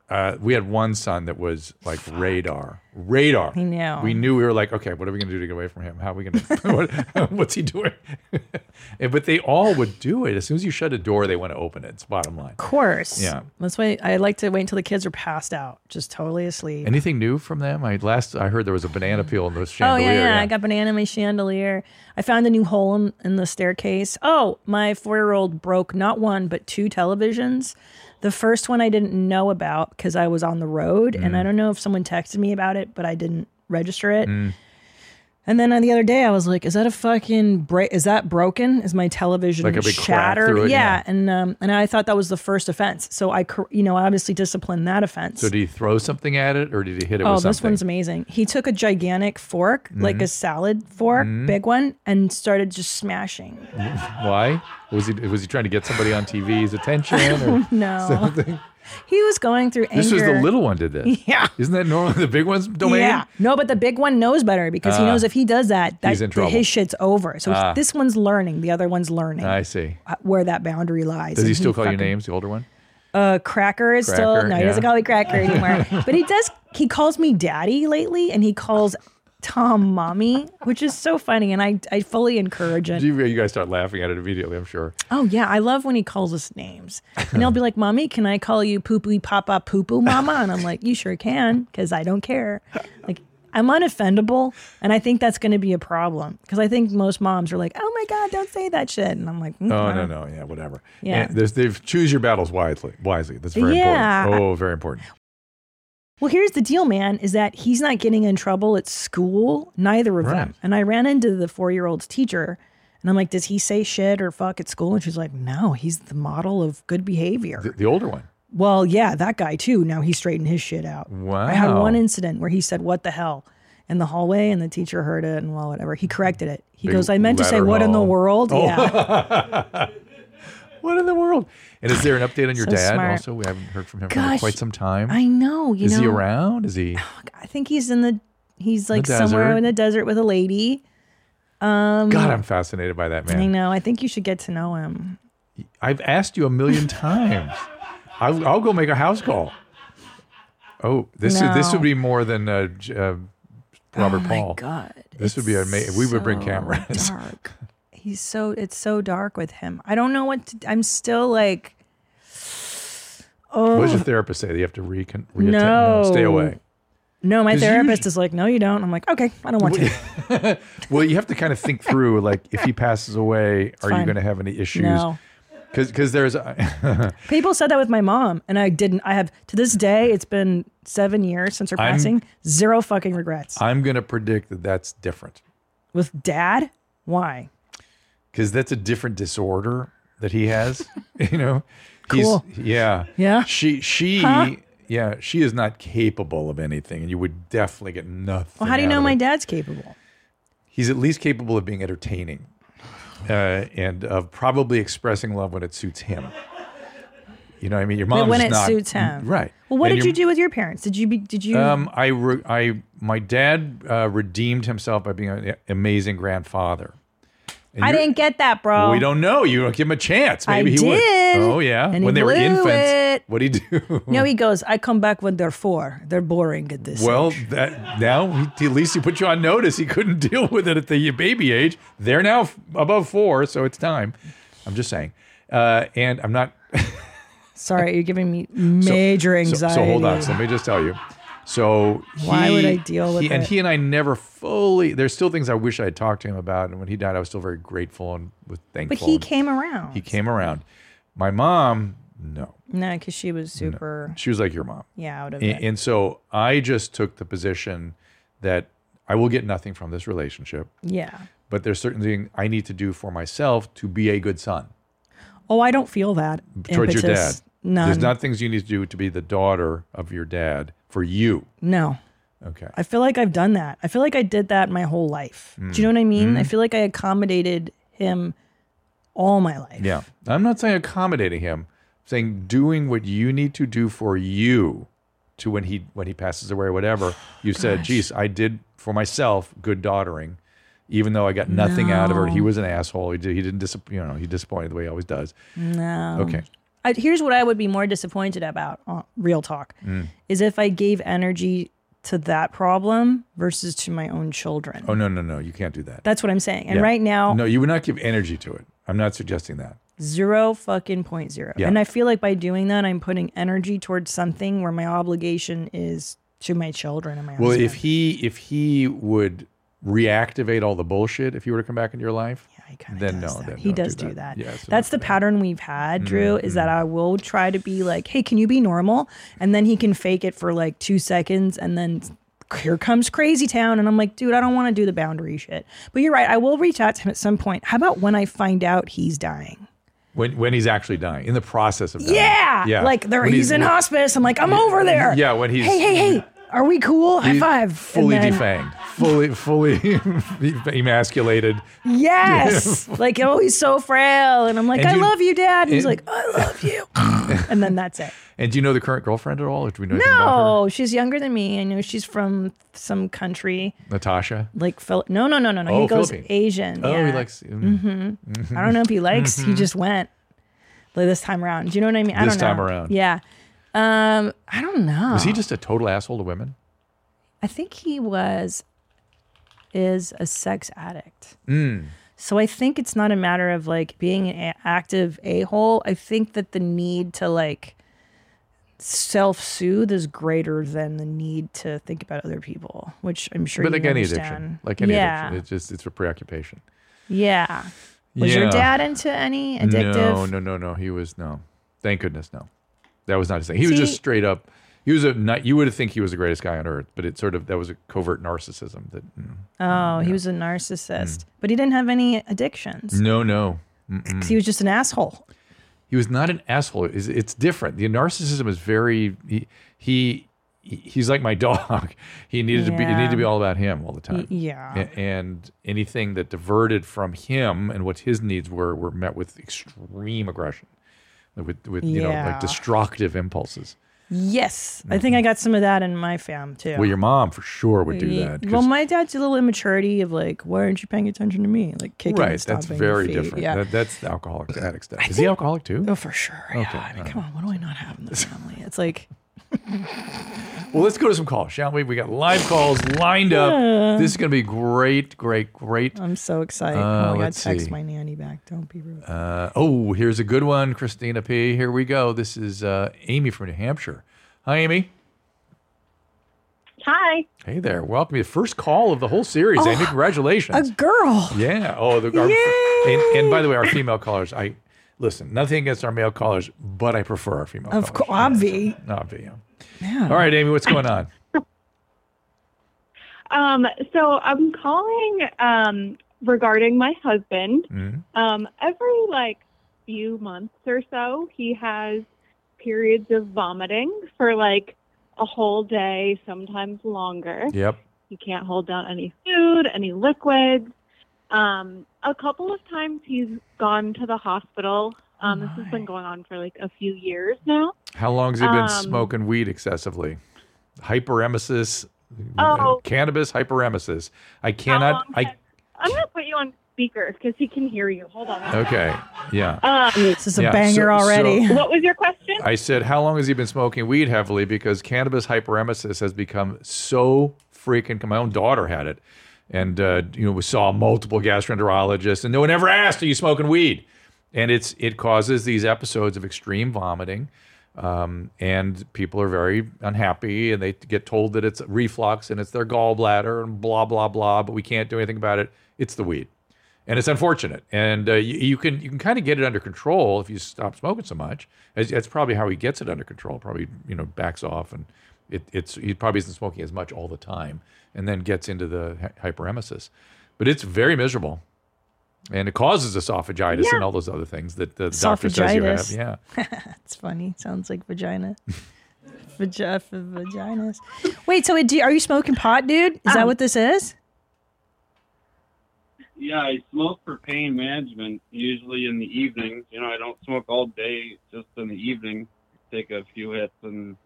[SPEAKER 1] uh, we had one son that was like radar, radar. He
[SPEAKER 2] knew.
[SPEAKER 1] We knew we were like, okay, what are we gonna do to get away from him? How are we gonna? what, what's he doing? And- but they all would do it. As soon as you shut a door, they want to open it. It's bottom line.
[SPEAKER 2] Of course.
[SPEAKER 1] Yeah.
[SPEAKER 2] That's why I like to wait until the kids are passed out, just totally asleep.
[SPEAKER 1] Anything new from them? I last I heard there was a banana peel in the
[SPEAKER 2] oh
[SPEAKER 1] chandelier.
[SPEAKER 2] yeah, yeah, I got banana in my chandelier. I found a new hole in, in the staircase. Oh, my four year old broke not one but two televisions. The first one I didn't know about because I was on the road, and
[SPEAKER 1] Mm.
[SPEAKER 2] I don't know if someone texted me about it, but I didn't register it.
[SPEAKER 1] Mm.
[SPEAKER 2] And then on the other day, I was like, "Is that a fucking break? Is that broken? Is my television
[SPEAKER 1] Like a big crack
[SPEAKER 2] shattered?
[SPEAKER 1] through it,
[SPEAKER 2] yeah.
[SPEAKER 1] yeah.
[SPEAKER 2] And um, and I thought that was the first offense, so I, cor- you know, I obviously disciplined that offense.
[SPEAKER 1] So did he throw something at it, or did he hit it
[SPEAKER 2] Oh,
[SPEAKER 1] with something? Mm-hmm.
[SPEAKER 2] this one's amazing. He took a gigantic fork, like a salad fork, big one, and started just smashing.
[SPEAKER 1] Why was he was he trying to get somebody on TV's attention? Or
[SPEAKER 2] No. He was going through anger.
[SPEAKER 1] this was the little one did this.
[SPEAKER 2] Yeah.
[SPEAKER 1] Isn't that normal? The big one's domain. Ah.
[SPEAKER 2] Yeah. No, but the big one knows better because he knows if he does that, that
[SPEAKER 1] he's in
[SPEAKER 2] that
[SPEAKER 1] trouble. Ah.
[SPEAKER 2] his shit's over. So this one's learning, the other one's learning
[SPEAKER 1] I see.
[SPEAKER 2] uh, where that boundary lies.
[SPEAKER 1] Does he
[SPEAKER 2] and
[SPEAKER 1] still call you
[SPEAKER 2] "Hmm, fucking-
[SPEAKER 1] names? The older one.
[SPEAKER 2] Uh, cracker is still
[SPEAKER 1] Cracker,
[SPEAKER 2] no, he doesn't
[SPEAKER 1] yeah.
[SPEAKER 2] call me cracker anymore. but he does. He calls me daddy lately, and he calls Tom mommy, which is so funny, and I I fully encourage it.
[SPEAKER 1] You, you guys start laughing at it immediately. I'm sure.
[SPEAKER 2] Oh yeah, I love when he calls us names. And he'll be like, "Mommy, can I call you poopy papa poopoo mama?" And I'm like, "You sure can, because I don't care." Like I'm unoffendable, and I think that's going to be a problem because I think most moms are like, "Oh my god, don't say that shit," and I'm like, mm,
[SPEAKER 1] Oh
[SPEAKER 2] I
[SPEAKER 1] no
[SPEAKER 2] don't-
[SPEAKER 1] no yeah whatever.
[SPEAKER 2] Yeah.
[SPEAKER 1] And there's, they've choose your battles wisely. Wisely. That's very
[SPEAKER 2] Yeah.
[SPEAKER 1] important. Oh, very important.
[SPEAKER 2] Well, here's the deal, man, is that he's not getting in trouble at school, neither of
[SPEAKER 1] Right.
[SPEAKER 2] them. And I ran into the four year old's teacher and I'm like, does he say shit or fuck at school? And she's like, no, he's the model of good behavior.
[SPEAKER 1] The, the older one.
[SPEAKER 2] well, yeah, that guy too. Now he straightened his shit out. I had
[SPEAKER 1] Wow.
[SPEAKER 2] one incident where he said, what the hell? In the hallway, and the teacher heard it, and well, whatever. He corrected it. He
[SPEAKER 1] They
[SPEAKER 2] goes, I meant to
[SPEAKER 1] let
[SPEAKER 2] say,
[SPEAKER 1] her
[SPEAKER 2] what in the
[SPEAKER 1] know."
[SPEAKER 2] world? Yeah.
[SPEAKER 1] Oh, What in the world? And is there an update on your
[SPEAKER 2] So
[SPEAKER 1] dad?
[SPEAKER 2] smart.
[SPEAKER 1] Also, we haven't heard from him for
[SPEAKER 2] Gosh,
[SPEAKER 1] quite some time.
[SPEAKER 2] I know. You
[SPEAKER 1] Is
[SPEAKER 2] know,
[SPEAKER 1] he around? Is he?
[SPEAKER 2] I think he's in the, he's like somewhere
[SPEAKER 1] desert.
[SPEAKER 2] in the desert with a lady.
[SPEAKER 1] God, I'm fascinated by that
[SPEAKER 2] Um, I
[SPEAKER 1] man.
[SPEAKER 2] know. I think you should get to know him.
[SPEAKER 1] I've asked you a million times. I'll, I'll go make a house call. Oh, this is, this
[SPEAKER 2] No. Oh
[SPEAKER 1] would be more than uh, J- uh, Robert Paul.
[SPEAKER 2] My God,
[SPEAKER 1] This would be
[SPEAKER 2] it's
[SPEAKER 1] ama- we would bring
[SPEAKER 2] so
[SPEAKER 1] cameras.
[SPEAKER 2] Dark. He's so it's so dark with him. I don't know what to. I'm still like,
[SPEAKER 1] What
[SPEAKER 2] oh
[SPEAKER 1] does your therapist say? That you have to recon- reattend?
[SPEAKER 2] No.
[SPEAKER 1] stay away.
[SPEAKER 2] no, my
[SPEAKER 1] Does you-
[SPEAKER 2] therapist is like, no, you don't. I'm like, okay, I don't want to.
[SPEAKER 1] Well, you have to kind of think through, like, if he passes away, are you
[SPEAKER 2] fine.
[SPEAKER 1] going to have any issues?
[SPEAKER 2] No,
[SPEAKER 1] Because there's, a-
[SPEAKER 2] people said that with my mom, and I didn't. I have to this day. It's been seven years since her
[SPEAKER 1] I'm-
[SPEAKER 2] passing. Zero fucking regrets
[SPEAKER 1] I'm going to predict that that's different
[SPEAKER 2] with dad. Why?
[SPEAKER 1] because that's a different disorder that he has. you know,
[SPEAKER 2] Cool.
[SPEAKER 1] he's yeah,
[SPEAKER 2] Yeah?
[SPEAKER 1] She she yeah she is not capable of anything, and you would definitely get nothing.
[SPEAKER 2] Well, how do you
[SPEAKER 1] out
[SPEAKER 2] know
[SPEAKER 1] of
[SPEAKER 2] my
[SPEAKER 1] it.
[SPEAKER 2] dad's capable?
[SPEAKER 1] He's at least capable of being entertaining, uh, and of probably expressing love when it suits him. You know, what I mean, your mom's
[SPEAKER 2] But when it
[SPEAKER 1] not-
[SPEAKER 2] suits him,
[SPEAKER 1] right?
[SPEAKER 2] Well, what
[SPEAKER 1] And
[SPEAKER 2] did
[SPEAKER 1] your-
[SPEAKER 2] you do with your parents? Did you be? Did you?
[SPEAKER 1] Um, I, re- I, my dad uh, redeemed himself by being an amazing grandfather. And
[SPEAKER 2] I
[SPEAKER 1] you're-
[SPEAKER 2] didn't get that, bro.
[SPEAKER 1] We don't know. You give him a chance.
[SPEAKER 2] I
[SPEAKER 1] Maybe he
[SPEAKER 2] did.
[SPEAKER 1] would. Oh yeah.
[SPEAKER 2] And he
[SPEAKER 1] when they were
[SPEAKER 2] blew it.
[SPEAKER 1] infants, what would he do?
[SPEAKER 2] No, he goes. I come back when they're four. They're boring at this.
[SPEAKER 1] Hmm. Well,
[SPEAKER 2] age."
[SPEAKER 1] that now he, at least he put you on notice. He couldn't deal with it at the baby age. They're now f- above four, so it's time. I'm just saying, uh, and I'm not.
[SPEAKER 2] sorry, you're giving me major
[SPEAKER 1] So,
[SPEAKER 2] anxiety.
[SPEAKER 1] so hold on. So let me just tell you. So
[SPEAKER 2] Why
[SPEAKER 1] he-
[SPEAKER 2] would I deal with
[SPEAKER 1] he- And
[SPEAKER 2] it?
[SPEAKER 1] he and I never fully. There's still things I wish I had talked to him about. And when he died, I was still very grateful and was thankful.
[SPEAKER 2] but he
[SPEAKER 1] and
[SPEAKER 2] came around.
[SPEAKER 1] He came around. My mom, no,
[SPEAKER 2] No, because she was super.
[SPEAKER 1] she was like your mom.
[SPEAKER 2] Yeah, out of
[SPEAKER 1] And,
[SPEAKER 2] it.
[SPEAKER 1] and so I just took the position that I will get nothing from this relationship,
[SPEAKER 2] Yeah.
[SPEAKER 1] but there's certain things I need to do for myself to be a good son
[SPEAKER 2] Oh, I don't feel that
[SPEAKER 1] towards your dad.
[SPEAKER 2] impetus. None.
[SPEAKER 1] There's not things you need to do to be the daughter of your dad for you.
[SPEAKER 2] no.
[SPEAKER 1] Okay.
[SPEAKER 2] I feel like I've done that. I feel like I did that my whole life. Do you know what I mean?
[SPEAKER 1] Mm-hmm.
[SPEAKER 2] I feel like I accommodated him all my life.
[SPEAKER 1] yeah. I'm not saying accommodating him, I'm saying doing what you need to do for you to when he when he passes away or whatever. You said, geez, I did for myself good daughtering. Even though I got nothing out of her, he was an asshole. He, did, he didn't, dis- you know, he disappointed the way he always does.
[SPEAKER 2] No.
[SPEAKER 1] Okay.
[SPEAKER 2] I, here's what I would be more disappointed about, uh, real talk,
[SPEAKER 1] Mm.
[SPEAKER 2] is if I gave energy to that problem versus to my own children.
[SPEAKER 1] Oh no, no, no! You can't do that.
[SPEAKER 2] That's what I'm saying. And
[SPEAKER 1] Yeah.
[SPEAKER 2] right now,
[SPEAKER 1] no, you would not give energy to it. I'm not suggesting that.
[SPEAKER 2] zero fucking point zero.
[SPEAKER 1] Yeah.
[SPEAKER 2] And I feel like by doing that, I'm putting energy towards something where my obligation is to my children and my
[SPEAKER 1] Well,
[SPEAKER 2] husband.
[SPEAKER 1] if he if he would reactivate all the bullshit if you were to come back into your life,
[SPEAKER 2] He kinda
[SPEAKER 1] then
[SPEAKER 2] does
[SPEAKER 1] no,
[SPEAKER 2] that.
[SPEAKER 1] then
[SPEAKER 2] he
[SPEAKER 1] don't do
[SPEAKER 2] does do
[SPEAKER 1] that.
[SPEAKER 2] that.
[SPEAKER 1] Yeah, Mm-hmm, so
[SPEAKER 2] That's the pattern we've had, Drew, is that I will try to be like, hey, can you be normal? And then he can fake it for like two seconds and then here comes crazy town. And I'm like, dude, I don't want to do the boundary shit. But you're right. I will reach out to him at some point. How about when I find out he's dying?
[SPEAKER 1] when when he's actually dying in the process of dying.
[SPEAKER 2] Yeah.
[SPEAKER 1] yeah,
[SPEAKER 2] Like there,
[SPEAKER 1] When
[SPEAKER 2] he's, in hospice. I'm like, I'm over there.
[SPEAKER 1] yeah, when he's-
[SPEAKER 2] hey, hey, hey, are we cool? High
[SPEAKER 1] he's
[SPEAKER 2] five.
[SPEAKER 1] fully
[SPEAKER 2] And then-
[SPEAKER 1] defanged, fully fully e-, emasculated.
[SPEAKER 2] Yes. like, oh, he's so frail. And I'm like,
[SPEAKER 1] And
[SPEAKER 2] I
[SPEAKER 1] you-
[SPEAKER 2] love you, dad. And he's
[SPEAKER 1] and-
[SPEAKER 2] like, I love you. and then that's it.
[SPEAKER 1] And do you know the current girlfriend at all? Or do we know anything about her?
[SPEAKER 2] No, she's younger than me. I know she's from some country
[SPEAKER 1] Natasha.
[SPEAKER 2] like Phil. No, no, no, no, no.
[SPEAKER 1] Oh,
[SPEAKER 2] he goes
[SPEAKER 1] Philippine.
[SPEAKER 2] Asian.
[SPEAKER 1] Oh,
[SPEAKER 2] yeah. Mm-hmm.
[SPEAKER 1] he likes. mm,
[SPEAKER 2] I don't know if he likes. He just went like, this time around. Do you know what I mean? I
[SPEAKER 1] This
[SPEAKER 2] don't know.
[SPEAKER 1] time around.
[SPEAKER 2] Yeah. Um, I don't know.
[SPEAKER 1] Is he just a total asshole to women?
[SPEAKER 2] I think he was is a sex addict.
[SPEAKER 1] Mm.
[SPEAKER 2] So I think it's not a matter of like being an a- active a hole. I think that the need to like self soothe is greater than the need to think about other people, which I'm sure.
[SPEAKER 1] But
[SPEAKER 2] you
[SPEAKER 1] like any
[SPEAKER 2] understand.
[SPEAKER 1] addiction, like any
[SPEAKER 2] yeah.
[SPEAKER 1] addiction, it's just it's a preoccupation.
[SPEAKER 2] Yeah. Was your
[SPEAKER 1] Yeah.
[SPEAKER 2] dad into any addictive?
[SPEAKER 1] No, no, no, no. He was no. Thank goodness, no. That was not his thing. He was just
[SPEAKER 2] See-
[SPEAKER 1] straight up. He was a. Not, you would think he was the greatest guy on earth, but it sort of that was a covert narcissism. That mm.
[SPEAKER 2] Oh, he was a narcissist, but he didn't have any addictions.
[SPEAKER 1] no, no.
[SPEAKER 2] He was just an asshole.
[SPEAKER 1] He was not an asshole. It's, it's different. The narcissism is very. He, he he's like my dog. He needed to be. It
[SPEAKER 2] Yeah.
[SPEAKER 1] needed to be all about him all the time.
[SPEAKER 2] yeah.
[SPEAKER 1] A- And anything that diverted from him and what his needs were were met with extreme aggression, with with you know
[SPEAKER 2] Yeah.
[SPEAKER 1] like destructive impulses.
[SPEAKER 2] Yes, I think I got some of that in my fam too.
[SPEAKER 1] Mm-hmm. Well, your mom for sure would do
[SPEAKER 2] Ye-
[SPEAKER 1] that. 'cause-
[SPEAKER 2] Well, my dad's a little immaturity of like, why aren't you paying attention to me? Like kicking,
[SPEAKER 1] right,
[SPEAKER 2] and stomping
[SPEAKER 1] that's
[SPEAKER 2] your
[SPEAKER 1] very
[SPEAKER 2] feet.
[SPEAKER 1] different.
[SPEAKER 2] Yeah.
[SPEAKER 1] That, that's the alcoholic addict stuff. Is he alcoholic too?
[SPEAKER 2] Oh, for sure. Yeah.
[SPEAKER 1] Okay,
[SPEAKER 2] I mean,
[SPEAKER 1] all
[SPEAKER 2] come on. What do I not have in the family? It's like,
[SPEAKER 1] Well, let's go to some calls, shall we? We got live calls lined up. This is going to be great, great, great.
[SPEAKER 2] I'm so excited.
[SPEAKER 1] Uh,
[SPEAKER 2] oh my God,
[SPEAKER 1] let's
[SPEAKER 2] text
[SPEAKER 1] see.
[SPEAKER 2] my nanny back. Don't be rude.
[SPEAKER 1] Uh, oh, here's a good one, Christina P. Here we go. This is uh, Amy from New Hampshire. Hi, Amy.
[SPEAKER 5] Hi.
[SPEAKER 1] Hey there. Welcome to the first call of the whole series, Amy.
[SPEAKER 2] a
[SPEAKER 1] Congratulations.
[SPEAKER 2] girl.
[SPEAKER 1] Yeah. Oh, the our,
[SPEAKER 2] Yay!
[SPEAKER 1] and, and by the way, our female callers. I listen. Nothing against our male callers, but I prefer our female.
[SPEAKER 2] Of course,
[SPEAKER 1] callers.
[SPEAKER 2] obvi.
[SPEAKER 1] Obvi. yeah.
[SPEAKER 2] Yeah.
[SPEAKER 1] All right, Amy, what's going on?
[SPEAKER 5] Um, so I'm calling um, regarding my husband.
[SPEAKER 1] Mhm.
[SPEAKER 5] Um, every like few months or so, he has periods of vomiting for like a whole day, sometimes longer.
[SPEAKER 1] Yep.
[SPEAKER 5] He can't hold down any food, any liquids. Um, a couple of times he's gone to the hospital. Um, This has been going on for like a few years now.
[SPEAKER 1] How long has he been
[SPEAKER 5] Um,
[SPEAKER 1] smoking weed excessively? Hyperemesis.
[SPEAKER 5] Oh.
[SPEAKER 1] Cannabis hyperemesis. I
[SPEAKER 5] How
[SPEAKER 1] cannot.
[SPEAKER 5] long
[SPEAKER 1] I
[SPEAKER 5] has- Um, I'm going to put you on speaker because he can hear you. Hold on.
[SPEAKER 1] Okay. Yeah.
[SPEAKER 5] Um,
[SPEAKER 2] This is a
[SPEAKER 1] Yeah, so-
[SPEAKER 2] banger
[SPEAKER 1] so-
[SPEAKER 2] already.
[SPEAKER 5] what was your question?
[SPEAKER 1] I said, How long has he been smoking weed heavily? Because cannabis hyperemesis has become so freaking. My own daughter had it. And, uh, you know, we saw multiple gastroenterologists, and no one ever asked, Are you smoking weed? And it's it causes these episodes of extreme vomiting. Um, and people are very unhappy and they get told that it's reflux and it's their gallbladder and blah, blah, blah, but we can't do anything about it. It's the weed. and it's unfortunate. And uh, you, you can you can kind of get it under control if you stop smoking so much. As- That's probably how he gets it under control. Probably you know backs off and it, it's he probably isn't smoking as much all the time, and then gets into the hy- hyperemesis. But it's very miserable, and it causes esophagitis and all those other things that the doctor says you have.
[SPEAKER 2] Esophagitis.
[SPEAKER 1] Yeah,
[SPEAKER 2] It's funny. Sounds like vagina. Vagi- f- vaginas. Wait, so it, do, are you smoking pot, dude? Is that what this is?
[SPEAKER 6] Yeah, I smoke for pain management usually in the evenings. You know, I don't smoke all day, just in the evening. Take a few hits and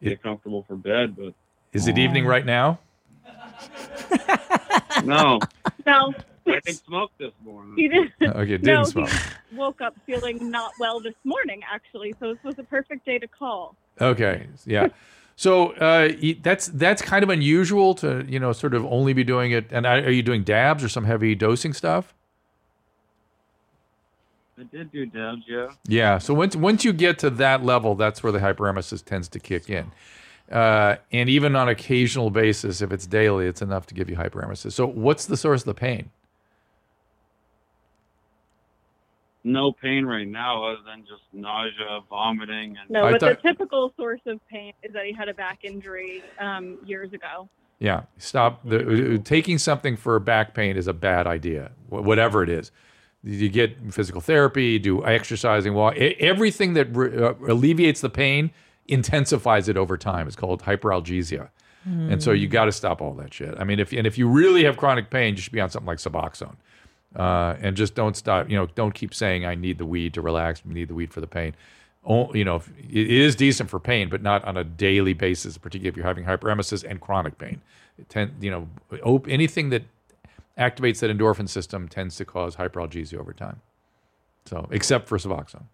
[SPEAKER 1] It-
[SPEAKER 6] get comfortable for bed. But
[SPEAKER 1] is it evening right now?
[SPEAKER 6] no,
[SPEAKER 5] No,
[SPEAKER 6] I didn't smoke this morning.
[SPEAKER 5] he didn't.
[SPEAKER 1] Uh, Okay, didn't
[SPEAKER 5] no,
[SPEAKER 1] smoke.
[SPEAKER 5] he woke up feeling not well this morning, actually. So this was a perfect day to call.
[SPEAKER 1] Okay, yeah. So uh, y- that's that's kind of unusual to you know sort of only be doing it. And I, are you doing dabs or some heavy dosing stuff?
[SPEAKER 6] I did do dabs, yeah.
[SPEAKER 1] Yeah. So once once you get to that level, that's where the hyperemesis tends to kick in. Uh, and even on occasional basis, if it's daily, it's enough to give you hyperemesis. So what's the source of the pain?
[SPEAKER 6] No pain right now, other than just nausea, vomiting, and
[SPEAKER 5] No,
[SPEAKER 1] I
[SPEAKER 5] but
[SPEAKER 1] thought-
[SPEAKER 5] the typical source of pain is that he had a back injury um, years ago.
[SPEAKER 1] Yeah. Stop. The, uh, taking something for back pain is a bad idea, wh- whatever it is. You get physical therapy, you do exercising, walk, e- everything that re- uh, alleviates the pain intensifies it over time. It's called hyperalgesia. And so you got to stop all that shit. I mean, if and if you really have chronic pain, you should be on something like Suboxone, uh, and just don't stop. You know, don't keep saying I need the weed to relax. I need the weed for the pain. Oh, you know, if- it is decent for pain, but not on a daily basis, particularly if you're having hyperemesis and chronic pain. It tend, you know, op- anything that activates that endorphin system tends to cause hyperalgesia over time. So, except for Suboxone.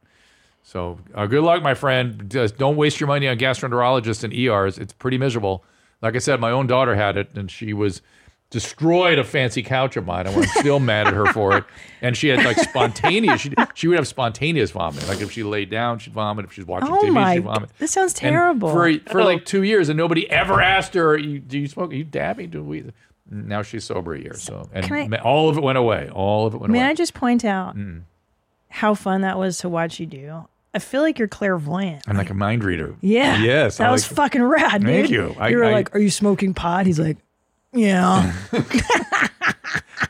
[SPEAKER 1] So, uh, good luck, my friend. Just don't waste your money on gastroenterologists and ERs. It's pretty miserable. Like I said, my own daughter had it, and she was destroyed a fancy couch of mine. and I'm still mad at her for it. And she had like spontaneous. She, she would have spontaneous vomiting. Like if she laid down, she'd vomit. If she's watching
[SPEAKER 2] Oh
[SPEAKER 1] TV,
[SPEAKER 2] my!
[SPEAKER 1] she'd vomit.
[SPEAKER 2] This sounds
[SPEAKER 1] And
[SPEAKER 2] terrible.
[SPEAKER 1] for for like two years, and nobody ever asked her, "You- "Do you smoke? Are you dabbing? Do we?" Now she's sober a year, so and
[SPEAKER 2] Can I-
[SPEAKER 1] ma- all of it went away. All of it went
[SPEAKER 2] May I
[SPEAKER 1] away.
[SPEAKER 2] just point out
[SPEAKER 1] Mm.
[SPEAKER 2] how fun that was to watch you do? I feel like you're clairvoyant.
[SPEAKER 1] I'm like a mind reader.
[SPEAKER 2] Yeah.
[SPEAKER 1] Yes.
[SPEAKER 2] That
[SPEAKER 1] I
[SPEAKER 2] was
[SPEAKER 1] like-
[SPEAKER 2] fucking rad, dude.
[SPEAKER 1] Thank you. I-
[SPEAKER 2] you were
[SPEAKER 1] I-
[SPEAKER 2] like, "Are you smoking pot?" He's like, "Yeah."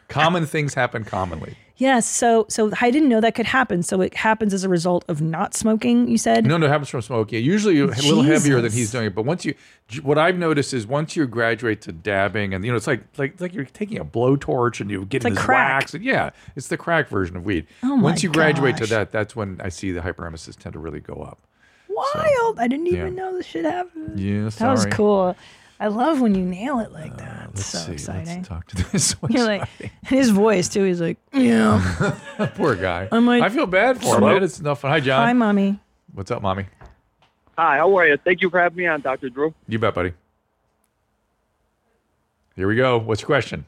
[SPEAKER 1] common things happen commonly.
[SPEAKER 2] yes. So, so I didn't know that could happen. So it happens as a result of not smoking. You said.
[SPEAKER 1] No, no, it happens from smoking. Usually a little heavier than
[SPEAKER 2] Jesus.
[SPEAKER 1] he's doing it. But once you, what I've noticed is once you graduate to dabbing, and you know, it's like like like you're taking a blowtorch and you get
[SPEAKER 2] like
[SPEAKER 1] this
[SPEAKER 2] crack.
[SPEAKER 1] wax. And yeah, it's the crack version of weed.
[SPEAKER 2] Oh my
[SPEAKER 1] once you graduate to
[SPEAKER 2] gosh.
[SPEAKER 1] that, that's when I see the hyperemesis tend to really go up.
[SPEAKER 2] Wild! I didn't even
[SPEAKER 1] yeah.
[SPEAKER 2] know this shit happened.
[SPEAKER 1] Yeah,
[SPEAKER 2] That was cool. I love when you nail it like that. It's so exciting.
[SPEAKER 1] Let's talk to this. one.
[SPEAKER 2] You're like, and his voice too. He's like, yeah.
[SPEAKER 1] Poor guy.
[SPEAKER 2] I'm like-
[SPEAKER 1] I feel bad for him.
[SPEAKER 7] Hello?
[SPEAKER 1] Man. It's enough. Hi, John.
[SPEAKER 2] Hi, mommy.
[SPEAKER 1] What's up, mommy?
[SPEAKER 7] Hi, how are you? Thank you for having me on, Dr. Drew.
[SPEAKER 1] You bet, buddy. Here we go. What's your question?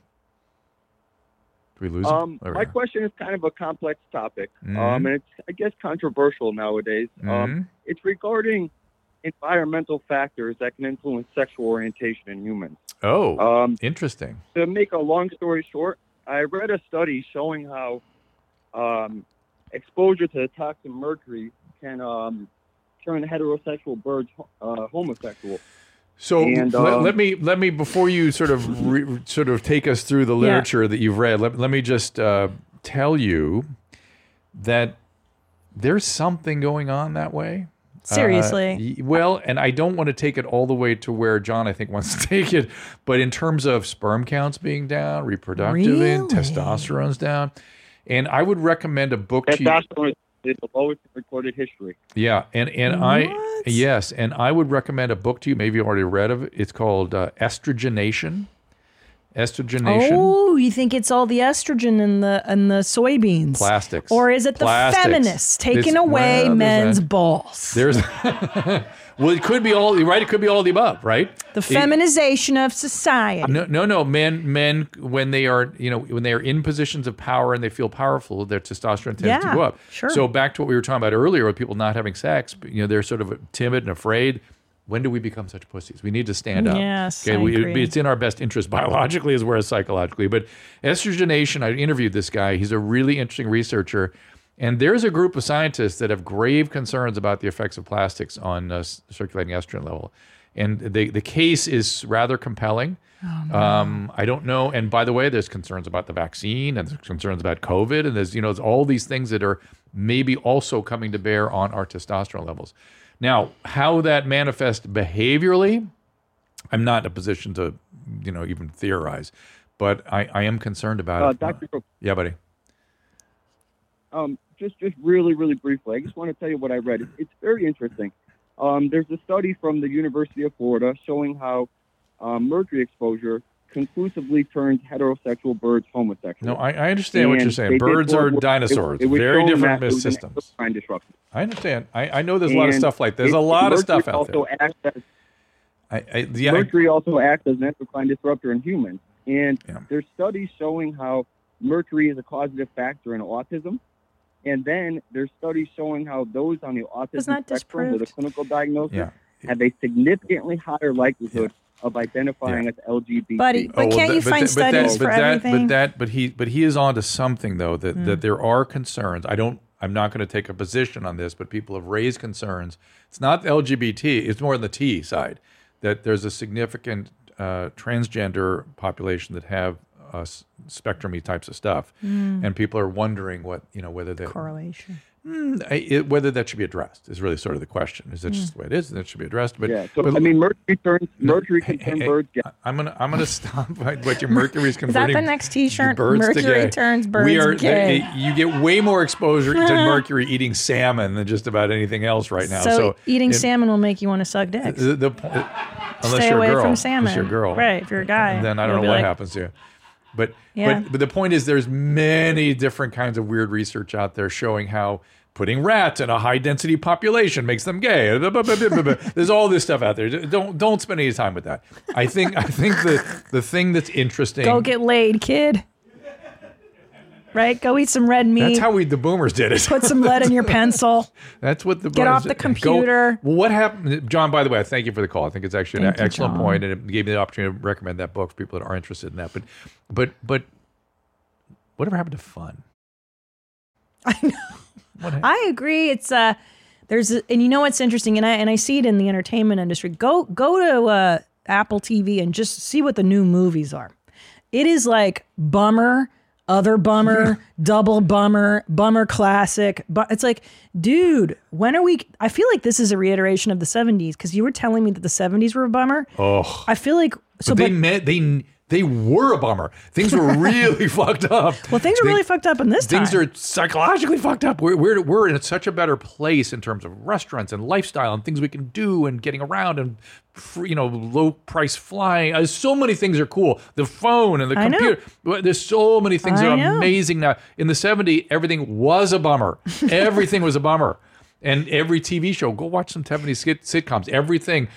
[SPEAKER 1] Do we lose him?
[SPEAKER 7] Um,
[SPEAKER 1] There we
[SPEAKER 7] my
[SPEAKER 1] go.
[SPEAKER 7] question is kind of a complex topic,
[SPEAKER 1] Mhm.
[SPEAKER 7] um, and it's, I guess, controversial nowadays. Um,
[SPEAKER 1] Mhm.
[SPEAKER 7] it's regarding environmental factors that can influence sexual orientation in humans.
[SPEAKER 1] oh,
[SPEAKER 7] Um,
[SPEAKER 1] interesting.
[SPEAKER 7] to make a long story short, I read a study showing how um, exposure to the toxin mercury can um, turn heterosexual birds uh, homosexual.
[SPEAKER 1] So
[SPEAKER 7] And,
[SPEAKER 1] let,
[SPEAKER 7] um,
[SPEAKER 1] let me let me before you sort of re, sort of take us through the literature that you've read. Let, let me just uh, tell you that there's something going on that way. Uh,
[SPEAKER 2] Seriously.
[SPEAKER 1] y- well, and I don't want to take it all the way to where John I think wants to take it, but in terms of sperm counts being down, reproductive and
[SPEAKER 2] Really?
[SPEAKER 1] testosterone's down, and I would recommend a book to you.
[SPEAKER 7] Testosterone is the lowest in recorded history.
[SPEAKER 1] Yeah, and and I
[SPEAKER 2] What?
[SPEAKER 1] yes, and I would recommend a book to you. Maybe you already read of it. It's called uh, Estrogenation, estrogenation,
[SPEAKER 2] Oh, you think it's all the estrogen in the in the soybeans?
[SPEAKER 1] plastics,
[SPEAKER 2] Or is it the
[SPEAKER 1] Plastics.
[SPEAKER 2] feminists taking
[SPEAKER 1] It's-
[SPEAKER 2] away
[SPEAKER 1] well, there's
[SPEAKER 2] men's
[SPEAKER 1] that.
[SPEAKER 2] balls?
[SPEAKER 1] There's well, it could be all right. It could be all the above, right?
[SPEAKER 2] the
[SPEAKER 1] It-
[SPEAKER 2] feminization of society.
[SPEAKER 1] No, no, no. Men, men, when they are, you know, when they are in positions of power and they feel powerful, their testosterone tends to
[SPEAKER 2] Yeah,
[SPEAKER 1] go up.
[SPEAKER 2] sure.
[SPEAKER 1] So back to what we were talking about earlier with people not having sex, you know, they're sort of timid and afraid. When do we become such pussies? We need to stand up.
[SPEAKER 2] Yes, I
[SPEAKER 1] we,
[SPEAKER 2] agree.
[SPEAKER 1] it's in our best interest biologically as well as psychologically. But estrogenation, I interviewed this guy. He's a really interesting researcher. And there's a group of scientists that have grave concerns about the effects of plastics on uh, s- circulating estrogen level. And the, the case is rather compelling.
[SPEAKER 2] Oh,
[SPEAKER 1] Um, I don't know. And by the way, there's concerns about the vaccine and there's concerns about COVID. And there's, you know, there's all these things that are maybe also coming to bear on our testosterone levels. Now, how that manifests behaviorally, I'm not in a position to, you know, even theorize, but I, I am concerned about
[SPEAKER 7] Uh,
[SPEAKER 1] it.
[SPEAKER 7] Dr. Cook,
[SPEAKER 1] yeah, buddy.
[SPEAKER 7] um, just just really really briefly, I just want to tell you what I read. It's, it's very interesting. Um, there's a study from the University of Florida showing how um, mercury exposure conclusively turns heterosexual birds homosexual.
[SPEAKER 1] No, I, I understand what
[SPEAKER 7] And
[SPEAKER 1] you're
[SPEAKER 7] they
[SPEAKER 1] saying.
[SPEAKER 7] did
[SPEAKER 1] Birds
[SPEAKER 7] work
[SPEAKER 1] are
[SPEAKER 7] with-
[SPEAKER 1] dinosaurs,
[SPEAKER 7] it was
[SPEAKER 1] very
[SPEAKER 7] shown
[SPEAKER 1] different
[SPEAKER 7] that it was an
[SPEAKER 1] systems.
[SPEAKER 7] endocrine disruption.
[SPEAKER 1] I understand. I, I know there's a lot of
[SPEAKER 7] And
[SPEAKER 1] stuff like there's a
[SPEAKER 7] It-
[SPEAKER 1] lot of
[SPEAKER 7] mercury
[SPEAKER 1] stuff out there.
[SPEAKER 7] also acts as
[SPEAKER 1] I, I, yeah, I-
[SPEAKER 7] mercury also acts as an endocrine disruptor in humans. And
[SPEAKER 1] Yeah.
[SPEAKER 7] there's studies showing how mercury is a causative factor in autism. And then there's studies showing how those on the autism
[SPEAKER 2] not
[SPEAKER 7] spectrum with a
[SPEAKER 2] disproved.
[SPEAKER 7] clinical diagnosis
[SPEAKER 1] Yeah.
[SPEAKER 7] have a significantly higher likelihood of identifying as LGBT.
[SPEAKER 2] Buddy, but
[SPEAKER 1] Oh, well,
[SPEAKER 2] can't
[SPEAKER 1] that-
[SPEAKER 2] you find
[SPEAKER 1] that- that-
[SPEAKER 2] studies for
[SPEAKER 1] that,
[SPEAKER 2] everything? Mm.
[SPEAKER 1] But that, but he, but he is onto something though that that there are concerns. I don't. I'm not going to take a position on this, but people have raised concerns. It's not LGBT. It's more on the T side that there's a significant uh, transgender population that have uh, s- spectrumy types of stuff,
[SPEAKER 2] Mm.
[SPEAKER 1] and people are wondering what you know whether that mm,
[SPEAKER 2] correlation.
[SPEAKER 1] Hmm, I- it, whether that should be addressed is really sort of the question. Is that
[SPEAKER 2] Mm.
[SPEAKER 1] just the way it is? That should be addressed. But
[SPEAKER 7] yeah. So
[SPEAKER 1] but
[SPEAKER 7] I mean, mercury turns mercury can
[SPEAKER 1] Hey,
[SPEAKER 7] turn
[SPEAKER 1] hey,
[SPEAKER 7] birds gay.
[SPEAKER 1] I- I'm gonna I'm gonna stop at what your Mercury's
[SPEAKER 2] Is that
[SPEAKER 1] converting.
[SPEAKER 2] the next T-shirt?
[SPEAKER 1] birds to
[SPEAKER 2] Mercury
[SPEAKER 1] gay.
[SPEAKER 2] turns birds
[SPEAKER 1] we are
[SPEAKER 2] gay.
[SPEAKER 1] they- you get way more exposure to Mercury eating salmon than just about anything else right now. So,
[SPEAKER 2] so, eating
[SPEAKER 1] it-
[SPEAKER 2] salmon will make you want to suck dicks.
[SPEAKER 1] The, the, po- unless
[SPEAKER 2] Stay
[SPEAKER 1] you're
[SPEAKER 2] away
[SPEAKER 1] a girl,
[SPEAKER 2] from salmon.
[SPEAKER 1] Unless you're a girl,
[SPEAKER 2] Right, if you're a guy,
[SPEAKER 1] Then I
[SPEAKER 2] you'll
[SPEAKER 1] don't know
[SPEAKER 2] be
[SPEAKER 1] what
[SPEAKER 2] like-
[SPEAKER 1] happens to you. But,
[SPEAKER 2] Yeah.
[SPEAKER 1] but but the point is, there's many different kinds of weird research out there showing how putting rats in a high density population makes them gay. Blah, blah, blah, blah, blah, blah. There's all this stuff out there. Don't don't spend any time with that. I think I think the the thing that's interesting.
[SPEAKER 2] Go get laid, kid. Right? Go eat some red meat.
[SPEAKER 1] that's how we the boomers did it.
[SPEAKER 2] put some lead in your pencil.
[SPEAKER 1] That's what the
[SPEAKER 2] Get off the
[SPEAKER 1] go-
[SPEAKER 2] computer.
[SPEAKER 1] well, what happened, John? By the way, thank you for the call. I think it's actually
[SPEAKER 2] Thank
[SPEAKER 1] an
[SPEAKER 2] you,
[SPEAKER 1] excellent
[SPEAKER 2] John.
[SPEAKER 1] point, and it gave me the opportunity to recommend that book for people that are interested in that. But, but, but, whatever happened to fun?
[SPEAKER 2] I know. I agree. It's uh there's a, and you know what's interesting, and I and I see it in the entertainment industry. Go go to uh, Apple TV and just see what the new movies are. It is like bummer, other bummer, double bummer, bummer classic. But it's like, dude, when are we? I feel like this is a reiteration of the '70s because you were telling me that the '70s were a bummer.
[SPEAKER 1] Oh,
[SPEAKER 2] I feel like so, but,
[SPEAKER 1] but they met. They they were a bummer. Things were really fucked up.
[SPEAKER 2] well, things are
[SPEAKER 1] They-
[SPEAKER 2] really fucked up in this
[SPEAKER 1] Things
[SPEAKER 2] time.
[SPEAKER 1] are psychologically fucked up. We're, we're we're in such a better place in terms of restaurants and lifestyle and things we can do and getting around and free, you know low price flying. Uh, so many things are cool. The phone and the
[SPEAKER 2] I know.
[SPEAKER 1] computer. Well, There's so many things that
[SPEAKER 2] I
[SPEAKER 1] are
[SPEAKER 2] know.
[SPEAKER 1] amazing now. In the '70s, everything was a bummer. everything was a bummer. And every TV show, go watch some 70s skit- sitcoms. Everything.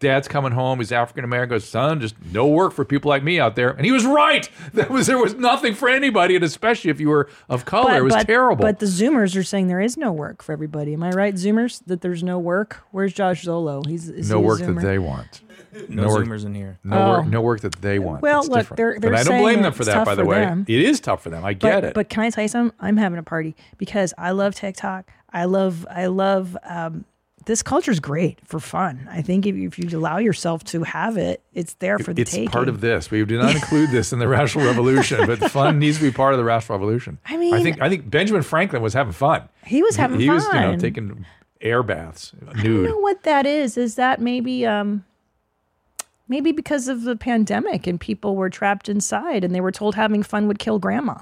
[SPEAKER 1] Dad's coming home. He's African American. Goes, son, just no work for people like me out there. And he was right. That was there was nothing for anybody, and especially if you were of color, Oh, it was terrible.
[SPEAKER 2] But the Zoomers are saying there is no work for everybody. Am I right, Zoomers? That there's no work. Where's Josh Zolo? He's is
[SPEAKER 1] no
[SPEAKER 2] he a
[SPEAKER 1] work
[SPEAKER 2] Zoomer?
[SPEAKER 1] that they want.
[SPEAKER 4] No,
[SPEAKER 1] work-
[SPEAKER 4] zoomers in here.
[SPEAKER 1] No
[SPEAKER 2] Oh.
[SPEAKER 1] work. No work that they want.
[SPEAKER 2] Well,
[SPEAKER 1] It's
[SPEAKER 2] look,
[SPEAKER 1] different.
[SPEAKER 2] they're- they're
[SPEAKER 1] But I don't
[SPEAKER 2] saying
[SPEAKER 1] blame them
[SPEAKER 2] that
[SPEAKER 1] for
[SPEAKER 2] it's
[SPEAKER 1] that.
[SPEAKER 2] tough
[SPEAKER 1] By the
[SPEAKER 2] for
[SPEAKER 1] way,
[SPEAKER 2] them.
[SPEAKER 1] it is tough for them. I get
[SPEAKER 2] but,
[SPEAKER 1] it.
[SPEAKER 2] But can I tell you something? I'm having a party because I love TikTok. I love I love um, this culture's great for fun. I think if you, if you allow yourself to have it, it's there for the
[SPEAKER 1] it's
[SPEAKER 2] taking.
[SPEAKER 1] part of this. We do not include this in the Rational Revolution, but fun needs to be part of the Rational Revolution.
[SPEAKER 2] I mean-
[SPEAKER 1] I think I think Benjamin Franklin was having fun.
[SPEAKER 2] He was having
[SPEAKER 1] he
[SPEAKER 2] fun.
[SPEAKER 1] was you know taking air baths
[SPEAKER 2] I
[SPEAKER 1] nude.
[SPEAKER 2] don't know what that is. Is that maybe um maybe because of the pandemic and people were trapped inside and they were told having fun would kill grandma.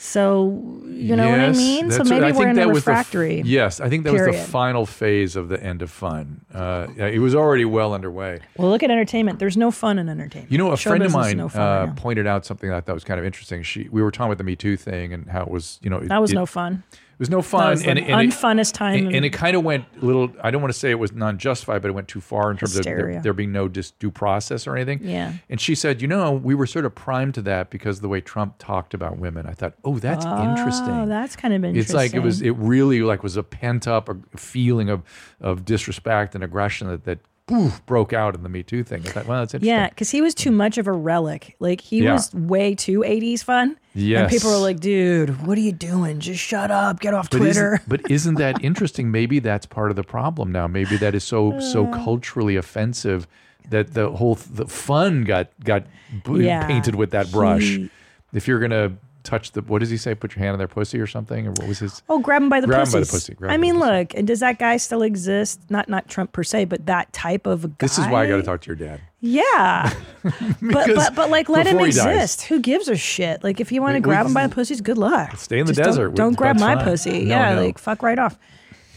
[SPEAKER 2] So you know what I mean. So
[SPEAKER 1] that's right.
[SPEAKER 2] maybe
[SPEAKER 1] I
[SPEAKER 2] we're
[SPEAKER 1] think
[SPEAKER 2] in
[SPEAKER 1] that
[SPEAKER 2] a
[SPEAKER 1] was the f-
[SPEAKER 2] refractory.
[SPEAKER 1] yes, I think that was the
[SPEAKER 2] period.
[SPEAKER 1] final phase of the end of fun. Uh, yeah, it was already well underway.
[SPEAKER 2] Well, look at entertainment. There's no fun in entertainment.
[SPEAKER 1] You know, a
[SPEAKER 2] Show
[SPEAKER 1] friend of
[SPEAKER 2] business is
[SPEAKER 1] mine
[SPEAKER 2] No fun
[SPEAKER 1] uh,
[SPEAKER 2] right now.
[SPEAKER 1] pointed out something I thought was kind of interesting. She, we were talking about the Me Too thing and how it was, you know, it,
[SPEAKER 2] that was
[SPEAKER 1] it-
[SPEAKER 2] no fun.
[SPEAKER 1] it was no
[SPEAKER 2] That
[SPEAKER 1] fun,
[SPEAKER 2] was
[SPEAKER 1] and,
[SPEAKER 2] the
[SPEAKER 1] and it-
[SPEAKER 2] unfunnest time.
[SPEAKER 1] and,
[SPEAKER 2] in-
[SPEAKER 1] and it kind of went a little. I don't want to say it was non-justified, but it went too far in terms of there,
[SPEAKER 2] Hysteria.
[SPEAKER 1] there being no dis- due process or anything.
[SPEAKER 2] yeah.
[SPEAKER 1] And she said, you know, we were sort of primed to that because of the way Trump talked about women. I thought, oh, that's
[SPEAKER 2] Oh,
[SPEAKER 1] interesting.
[SPEAKER 2] that's kind of interesting.
[SPEAKER 1] It's like it was. It really like was a pent up feeling of of disrespect and aggression that that poof, broke out in the Me Too thing. I thought, well, that's interesting.
[SPEAKER 2] Yeah, because he was too much of a relic. Like he
[SPEAKER 1] Yeah.
[SPEAKER 2] was way too 80s fun. And people were
[SPEAKER 1] Yes.
[SPEAKER 2] like, dude, what are you doing? Just shut up. Get off
[SPEAKER 1] But
[SPEAKER 2] Twitter.
[SPEAKER 1] Isn't, but isn't that interesting? Maybe that's part of the problem now. Maybe that is so so
[SPEAKER 2] Uh.
[SPEAKER 1] culturally offensive that the whole the fun got got b-
[SPEAKER 2] Yeah.
[SPEAKER 1] painted with that brush.
[SPEAKER 2] He-
[SPEAKER 1] if you're gonna touch the what does he say? Put your hand on their pussy or something, or what was his?
[SPEAKER 2] Oh, grab him by the
[SPEAKER 1] Grab 'em
[SPEAKER 2] pussy.
[SPEAKER 1] by the pussy, grab
[SPEAKER 2] I
[SPEAKER 1] 'em by
[SPEAKER 2] mean,
[SPEAKER 1] the pussy.
[SPEAKER 2] look, and does that guy still exist? Not not Trump per se, but that type of guy.
[SPEAKER 1] This is why I got to talk to your dad.
[SPEAKER 2] Yeah, but
[SPEAKER 1] Because
[SPEAKER 2] but but like, let him
[SPEAKER 1] before he dies-
[SPEAKER 2] exist. Who gives a shit? Like, if you want to
[SPEAKER 1] We-
[SPEAKER 2] grab
[SPEAKER 1] we-
[SPEAKER 2] him by the pussies, good luck.
[SPEAKER 1] Stay in the
[SPEAKER 2] Just don't-
[SPEAKER 1] desert. We-
[SPEAKER 2] Don't, grab
[SPEAKER 1] that's
[SPEAKER 2] my
[SPEAKER 1] fine.
[SPEAKER 2] pussy.
[SPEAKER 1] No,
[SPEAKER 2] yeah,
[SPEAKER 1] no.
[SPEAKER 2] like fuck right off.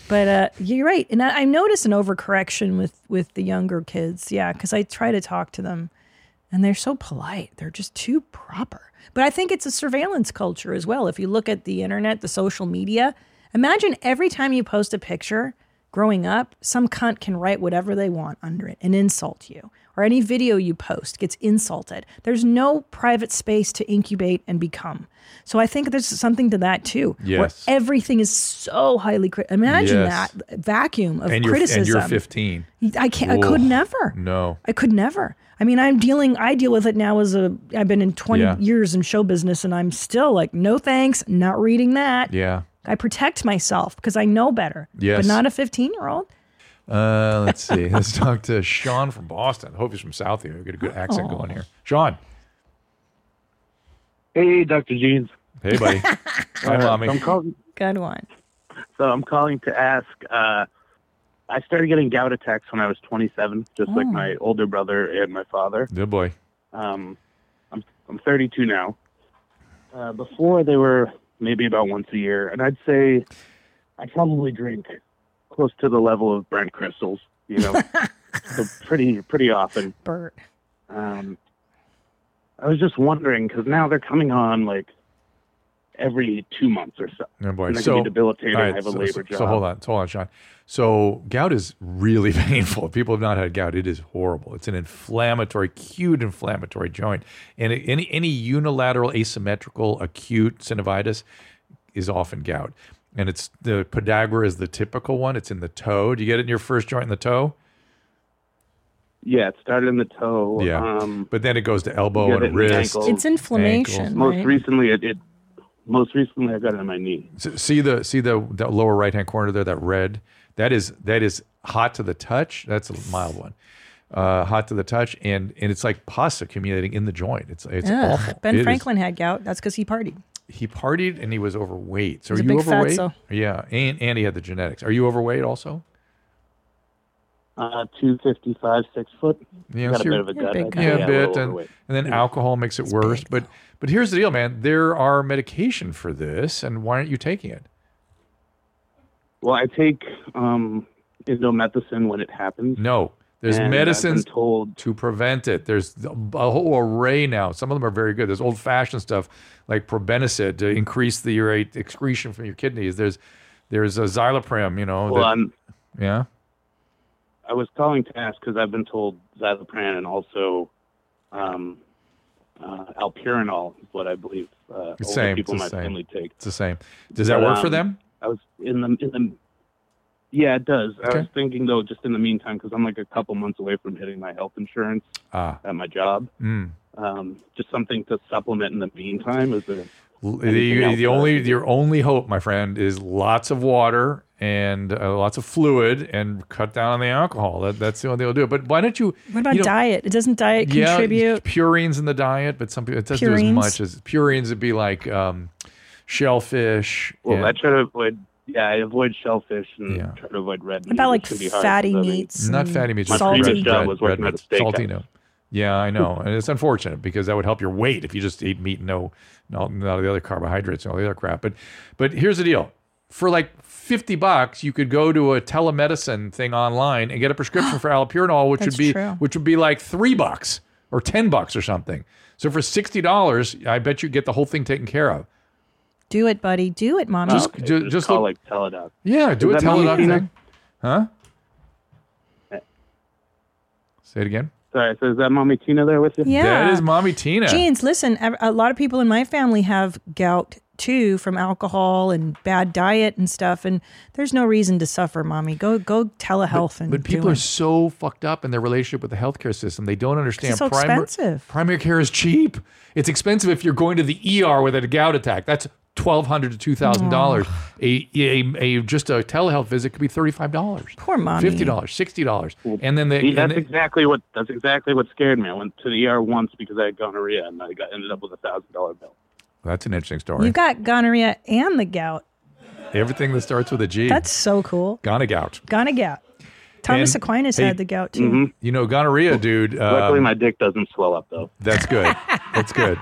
[SPEAKER 2] But uh, you're right, and I, I noticed an overcorrection with with the younger kids. Yeah, because I try to talk to them, and they're so polite. They're just too proper. But I think it's a surveillance culture as well. If you look at the internet, the social media, imagine every time you post a picture growing up, some cunt can write whatever they want under it and insult you. Or any video you post gets insulted. There's no private space to incubate and become. So I think there's something to that too. Where
[SPEAKER 1] Yes.
[SPEAKER 2] everything is so highly critical. Imagine
[SPEAKER 1] Yes.
[SPEAKER 2] that vacuum of
[SPEAKER 1] And you're
[SPEAKER 2] criticism.
[SPEAKER 1] and you're 15.
[SPEAKER 2] I can't. I
[SPEAKER 1] Whoa.
[SPEAKER 2] could never.
[SPEAKER 1] No,
[SPEAKER 2] I could never. I mean, I'm dealing. I deal with it now as a. I've been in 20
[SPEAKER 1] Yeah.
[SPEAKER 2] years in show business, and I'm still like, no thanks, not reading that.
[SPEAKER 1] yeah.
[SPEAKER 2] I protect myself because I know better.
[SPEAKER 1] Yes.
[SPEAKER 2] But not a 15 year old.
[SPEAKER 1] Uh, let's see. Let's talk to Sean from Boston. hope he's from South here. We got a good accent going here. Sean,
[SPEAKER 6] Hey, Dr. Jeans. Uh,
[SPEAKER 1] hey buddy. Hi, mommy.
[SPEAKER 6] I'm calling,
[SPEAKER 2] Good one.
[SPEAKER 6] so I'm calling to ask. Uh, I started getting gout attacks when I was 27, just like
[SPEAKER 2] Oh.
[SPEAKER 6] my older brother and my father.
[SPEAKER 1] Good boy.
[SPEAKER 6] Um, I'm I'm 32 now. Uh, before they were maybe about once a year, and I'd say I probably drink close to the level of Brent crystals. You know, so pretty pretty often.
[SPEAKER 2] Bert.
[SPEAKER 6] Um, I was just wondering because now they're coming on like every two months or so.
[SPEAKER 1] Good Oh, boy.
[SPEAKER 6] And that
[SPEAKER 1] So,
[SPEAKER 6] can be debilitating.
[SPEAKER 1] All
[SPEAKER 6] I have a
[SPEAKER 1] so,
[SPEAKER 6] labor
[SPEAKER 1] so-
[SPEAKER 6] job.
[SPEAKER 1] so hold on, so hold on, Sean. So gout is really painful. If People have not had gout. It is horrible. It's an inflammatory, acute inflammatory joint, and it- any any unilateral, asymmetrical, acute synovitis is often gout. And it's the podagra is the typical one. It's in the toe. Do you get it in your first joint in the toe?
[SPEAKER 6] Yeah, it started in the toe.
[SPEAKER 1] Yeah.
[SPEAKER 6] Um,
[SPEAKER 1] But then it goes to elbow
[SPEAKER 6] You get it
[SPEAKER 1] and
[SPEAKER 6] in the
[SPEAKER 1] wrist.
[SPEAKER 6] ankle.
[SPEAKER 2] It's inflammation.
[SPEAKER 1] ankles.
[SPEAKER 6] most
[SPEAKER 2] right?
[SPEAKER 6] recently, it, it most recently I got it on my knee.
[SPEAKER 1] S- See the see the that lower right hand corner there, that red. That is that is hot to the touch. That's a mild one. Uh, hot to the touch, and and it's like pus accumulating in the joint. It's it's
[SPEAKER 2] Ugh.
[SPEAKER 1] awful.
[SPEAKER 2] Ben
[SPEAKER 1] It is-
[SPEAKER 2] Franklin had gout. That's because he partied.
[SPEAKER 1] he partied and he was overweight. So
[SPEAKER 2] He's
[SPEAKER 1] are
[SPEAKER 2] a
[SPEAKER 1] you
[SPEAKER 2] big
[SPEAKER 1] overweight?
[SPEAKER 2] fatso.
[SPEAKER 1] Yeah, and and he had the genetics. Are you overweight also?
[SPEAKER 6] Uh, two fifty five, six foot.
[SPEAKER 1] Yeah,
[SPEAKER 6] got
[SPEAKER 1] so
[SPEAKER 6] a bit
[SPEAKER 1] you're-
[SPEAKER 6] of a
[SPEAKER 2] You're a
[SPEAKER 6] gut.
[SPEAKER 2] big
[SPEAKER 6] I think.
[SPEAKER 2] guy.
[SPEAKER 1] yeah, a
[SPEAKER 6] little
[SPEAKER 1] bit, and,
[SPEAKER 6] overweight.
[SPEAKER 1] and then alcohol makes it worse.
[SPEAKER 2] big,
[SPEAKER 1] but but here's the deal, man. There are medication for this, and why aren't you taking it?
[SPEAKER 6] Well, I take um, indomethacin when it happens.
[SPEAKER 1] No, there's
[SPEAKER 6] and I've been
[SPEAKER 1] medicines
[SPEAKER 6] told.
[SPEAKER 1] to prevent it. There's a whole array now. Some of them are very good. There's old fashioned stuff like probenicid to increase the urate excretion from your kidneys. There's there's a xylopram, you know.
[SPEAKER 6] Well,
[SPEAKER 1] that-
[SPEAKER 6] I'm,
[SPEAKER 1] yeah.
[SPEAKER 6] I was calling to ask because I've been told xylopran and also um, uh, alpurinol is what I believe uh,
[SPEAKER 1] It's
[SPEAKER 6] older
[SPEAKER 1] same,
[SPEAKER 6] people in
[SPEAKER 1] it's
[SPEAKER 6] my
[SPEAKER 1] the same.
[SPEAKER 6] family take.
[SPEAKER 1] It's the same. Does that work for
[SPEAKER 6] Um,
[SPEAKER 1] them?
[SPEAKER 6] I was in the in the. Yeah, it does.
[SPEAKER 1] Okay.
[SPEAKER 6] I was thinking though, just in the meantime, because I'm like a couple months away from hitting my health insurance
[SPEAKER 1] Ah.
[SPEAKER 6] at my job.
[SPEAKER 1] Mm.
[SPEAKER 6] Um, just something to supplement in the meantime. Is there?
[SPEAKER 1] L-
[SPEAKER 6] Anything
[SPEAKER 1] The,
[SPEAKER 6] else
[SPEAKER 1] the
[SPEAKER 6] that I
[SPEAKER 1] only
[SPEAKER 6] can do?
[SPEAKER 1] your only hope, my friend, is lots of water and uh, lots of fluid and cut down on the alcohol. That, that's the only thing will do it. But why don't you?
[SPEAKER 2] What about
[SPEAKER 1] you know,
[SPEAKER 2] diet? It doesn't diet
[SPEAKER 1] Yeah,
[SPEAKER 2] contribute.
[SPEAKER 1] purines in the diet, but some people it doesn't do as
[SPEAKER 2] Purines?
[SPEAKER 1] much as purines would be like um, shellfish.
[SPEAKER 6] Well,
[SPEAKER 1] and-
[SPEAKER 6] I try to avoid. Yeah, I avoid shellfish and
[SPEAKER 1] Yeah.
[SPEAKER 6] try to avoid red meat.
[SPEAKER 2] What about
[SPEAKER 6] which
[SPEAKER 2] like
[SPEAKER 6] can be hard,
[SPEAKER 2] fatty
[SPEAKER 6] because, I mean,
[SPEAKER 2] meats?
[SPEAKER 1] not
[SPEAKER 2] and
[SPEAKER 1] fatty meats. just
[SPEAKER 2] Salty.
[SPEAKER 6] previous
[SPEAKER 1] red-
[SPEAKER 6] job
[SPEAKER 1] red-
[SPEAKER 6] was
[SPEAKER 1] red
[SPEAKER 6] working at a
[SPEAKER 1] meats.
[SPEAKER 6] steakhouse.
[SPEAKER 1] Salty, no. Yeah, I know, and it's unfortunate because that would help your weight if you just ate meat and no, no, none of the other carbohydrates and all the other crap. But, but here's the deal: for like fifty bucks, you could go to a telemedicine thing online and get a prescription for allopurinol, which
[SPEAKER 2] That's
[SPEAKER 1] would be
[SPEAKER 2] true.
[SPEAKER 1] which would be like three bucks or ten bucks or something. So for sixty dollars, I bet you get the whole thing taken care of.
[SPEAKER 2] Do it, buddy. Do it, mama.
[SPEAKER 1] Just-
[SPEAKER 6] Okay,
[SPEAKER 1] ju-
[SPEAKER 6] so
[SPEAKER 1] just
[SPEAKER 6] call
[SPEAKER 1] look-
[SPEAKER 6] like Teladoc.
[SPEAKER 1] Yeah, do a
[SPEAKER 6] Does that mean
[SPEAKER 1] teledoc
[SPEAKER 6] you-
[SPEAKER 1] thing, huh? Say it again.
[SPEAKER 6] Sorry, so is that mommy Tina there with you?
[SPEAKER 2] yeah.
[SPEAKER 1] That is mommy Tina.
[SPEAKER 2] Jeans, listen, a a lot of people in my family have gout too from alcohol and bad diet and stuff. And there's no reason to suffer, mommy. Go go telehealth and
[SPEAKER 1] But people
[SPEAKER 2] do
[SPEAKER 1] are
[SPEAKER 2] it.
[SPEAKER 1] so fucked up in their relationship with the healthcare system. They don't understand
[SPEAKER 2] It's so
[SPEAKER 1] primar-
[SPEAKER 2] expensive.
[SPEAKER 1] primary care is cheap. It's expensive if you're going to the ER with a gout attack. That's twelve hundred to two thousand dollars. A, a a just a telehealth visit could be thirty five dollars,
[SPEAKER 2] Poor mommy.
[SPEAKER 1] fifty dollars, sixty dollars, and
[SPEAKER 6] See,
[SPEAKER 1] then they. And
[SPEAKER 6] that's
[SPEAKER 1] they
[SPEAKER 6] exactly what that's exactly what scared me. I went to the ER once because I had gonorrhea and I got ended up with a thousand dollar bill.
[SPEAKER 1] that's an interesting story.
[SPEAKER 2] You've got gonorrhea and the gout.
[SPEAKER 1] Everything that starts with a G.
[SPEAKER 2] That's so cool.
[SPEAKER 1] Gonna gout.
[SPEAKER 2] Gonna gout. Thomas
[SPEAKER 1] And-
[SPEAKER 2] Aquinas
[SPEAKER 1] hey,
[SPEAKER 2] had the gout too.
[SPEAKER 1] You know, gonorrhea, dude.
[SPEAKER 6] mm-hmm. Luckily,
[SPEAKER 1] Um,
[SPEAKER 6] my dick doesn't swell up though.
[SPEAKER 1] that's good. That's good.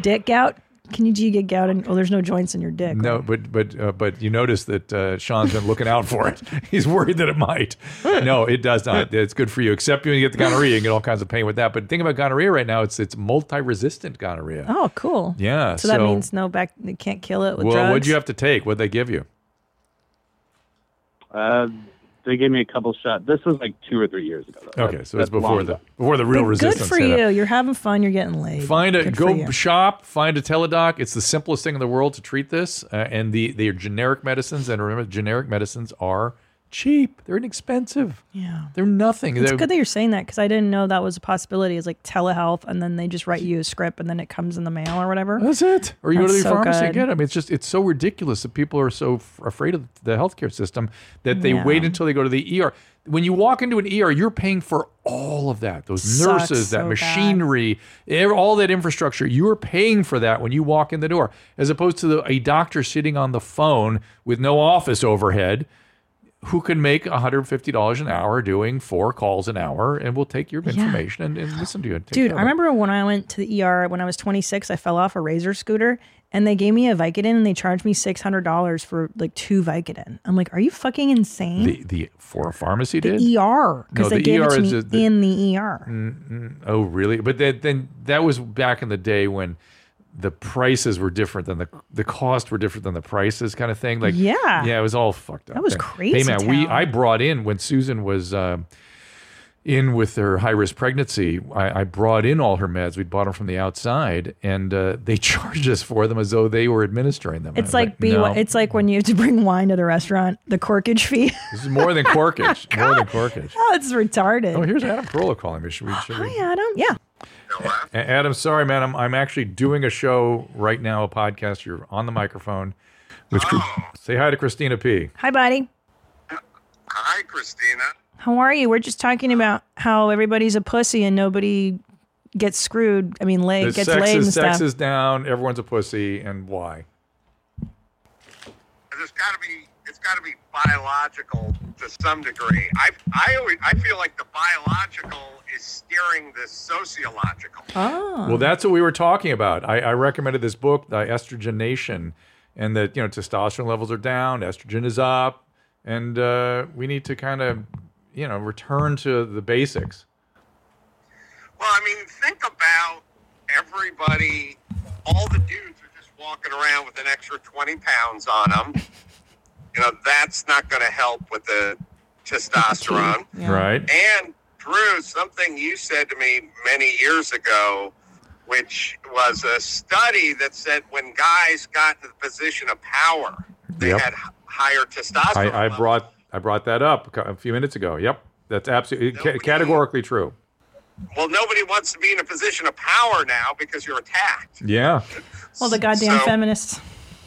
[SPEAKER 2] Dick gout. Can you do you get gout? And oh, there's no joints in your dick.
[SPEAKER 1] No, but but uh, but you notice that uh, Sean's been looking out for it. He's worried that it might. No, it does not. It's good for you, except when you get the gonorrhea, you get all kinds of pain with that. But the thing about gonorrhea right now, it's it's multi-resistant gonorrhea.
[SPEAKER 2] Oh, cool.
[SPEAKER 1] Yeah.
[SPEAKER 2] So, that means no back. You can't kill it with
[SPEAKER 1] Uh, well,
[SPEAKER 2] drugs.
[SPEAKER 1] what'd you have to take? What'd they give you?
[SPEAKER 6] Uh, they gave me a couple shots. This was like two or three years ago. Though.
[SPEAKER 1] Okay,
[SPEAKER 6] That's-
[SPEAKER 1] so it's
[SPEAKER 6] that's long
[SPEAKER 1] before the
[SPEAKER 6] ago.
[SPEAKER 1] before the real
[SPEAKER 2] But
[SPEAKER 1] resistance.
[SPEAKER 2] Good for
[SPEAKER 1] hit up.
[SPEAKER 2] you. You're having fun. You're getting laid.
[SPEAKER 1] Find a
[SPEAKER 2] Good for
[SPEAKER 1] go
[SPEAKER 2] you.
[SPEAKER 1] shop. Find a teledoc. It's the simplest thing in the world to treat this, uh, and the they are generic medicines. And remember, generic medicines are cheap. They're inexpensive.
[SPEAKER 2] Yeah.
[SPEAKER 1] They're nothing.
[SPEAKER 2] It's
[SPEAKER 1] They're-
[SPEAKER 2] good that you're saying that because I didn't know that was a possibility. It's like telehealth, and then they just write you a script, and then it comes in the mail or whatever.
[SPEAKER 1] That's it. Or you go to the
[SPEAKER 2] That's so
[SPEAKER 1] pharmacy
[SPEAKER 2] good.
[SPEAKER 1] and get it. I mean, it's just it's so ridiculous that people are so f- afraid of the healthcare system that they
[SPEAKER 2] Yeah.
[SPEAKER 1] wait until they go to the ER. When you walk into an ER, you're paying for all of that. Those
[SPEAKER 2] Sucks
[SPEAKER 1] nurses, that
[SPEAKER 2] so
[SPEAKER 1] machinery, ev- all that infrastructure. You're paying for that when you walk in the door, as opposed to the, a doctor sitting on the phone with no office overhead who can make $150 an hour doing four calls an hour and will take your information and, and listen to you. and take
[SPEAKER 2] Dude,
[SPEAKER 1] care
[SPEAKER 2] I
[SPEAKER 1] of it.
[SPEAKER 2] remember when I went to the ER when I was 26, I fell off a razor scooter and they gave me a Vicodin and they charged me $600 for like two Vicodin. I'm like, are you fucking insane?
[SPEAKER 1] The, the for a pharmacy did?
[SPEAKER 2] ER because
[SPEAKER 1] No,
[SPEAKER 2] they
[SPEAKER 1] the
[SPEAKER 2] gave
[SPEAKER 1] ER
[SPEAKER 2] it to me
[SPEAKER 1] is a- the-
[SPEAKER 2] in the ER.
[SPEAKER 1] Oh, really? But that, then that was back in the day when the prices were different than the the cost were different than the prices kind of thing. Like
[SPEAKER 2] Yeah.
[SPEAKER 1] yeah, it was all fucked up.
[SPEAKER 2] That was
[SPEAKER 1] then.
[SPEAKER 2] crazy
[SPEAKER 1] Hey man, we
[SPEAKER 2] town.
[SPEAKER 1] I brought in when Susan was. Um, in with her high risk pregnancy, I, I brought in all her meds. We bought them from the outside, and uh, they charged us for them as though they were administering them. I
[SPEAKER 2] It's
[SPEAKER 1] was
[SPEAKER 2] like B.
[SPEAKER 1] no,
[SPEAKER 2] It's like when you have to bring wine to the restaurant, the corkage fee.
[SPEAKER 1] this is more than corkage. more than corkage.
[SPEAKER 2] oh, it's retarded.
[SPEAKER 1] Oh, here's Adam Carolla calling me. Should we? Should we
[SPEAKER 2] Hi, Adam. Yeah.
[SPEAKER 1] A- Adam, sorry, man. I'm, I'm actually doing a show right now, a podcast. You're on the microphone. With Chris-
[SPEAKER 8] Oh.
[SPEAKER 1] Say hi to Christina P.
[SPEAKER 2] Hi, buddy.
[SPEAKER 8] Hi, Christina.
[SPEAKER 2] How are you? We're just talking about how everybody's a pussy and nobody gets screwed. I mean, laid,
[SPEAKER 1] The
[SPEAKER 2] gets
[SPEAKER 1] sex,
[SPEAKER 2] laid and
[SPEAKER 1] is, sex
[SPEAKER 2] stuff.
[SPEAKER 1] is down. Everyone's a pussy. And why?
[SPEAKER 8] There's got to be it's got to be biological to some degree. I I always I feel like the biological is steering the sociological.
[SPEAKER 2] oh.
[SPEAKER 1] Well, that's what we were talking about. I, I recommended this book, The Estrogenation, and that, you know, testosterone levels are down, estrogen is up, and uh, we need to kind of, you know, return to the basics.
[SPEAKER 8] Well, I mean, think about everybody. All the dudes are just walking around with an extra twenty pounds on them. You know that's not going to help with the testosterone.
[SPEAKER 2] Yeah.
[SPEAKER 1] Right?
[SPEAKER 8] And Drew, something you said to me many years ago, which was a study that said when guys got to the position of power, they
[SPEAKER 1] Yep.
[SPEAKER 8] had h- higher testosterone.
[SPEAKER 1] I, I
[SPEAKER 8] levels.
[SPEAKER 1] brought I brought that up a cou- a few minutes ago. Yep. That's absolutely ca-
[SPEAKER 8] Nobody-
[SPEAKER 1] categorically true.
[SPEAKER 8] Well, nobody wants to be in a position of power now because you're attacked.
[SPEAKER 1] Yeah.
[SPEAKER 2] Well, the goddamn
[SPEAKER 8] So-
[SPEAKER 2] feminists.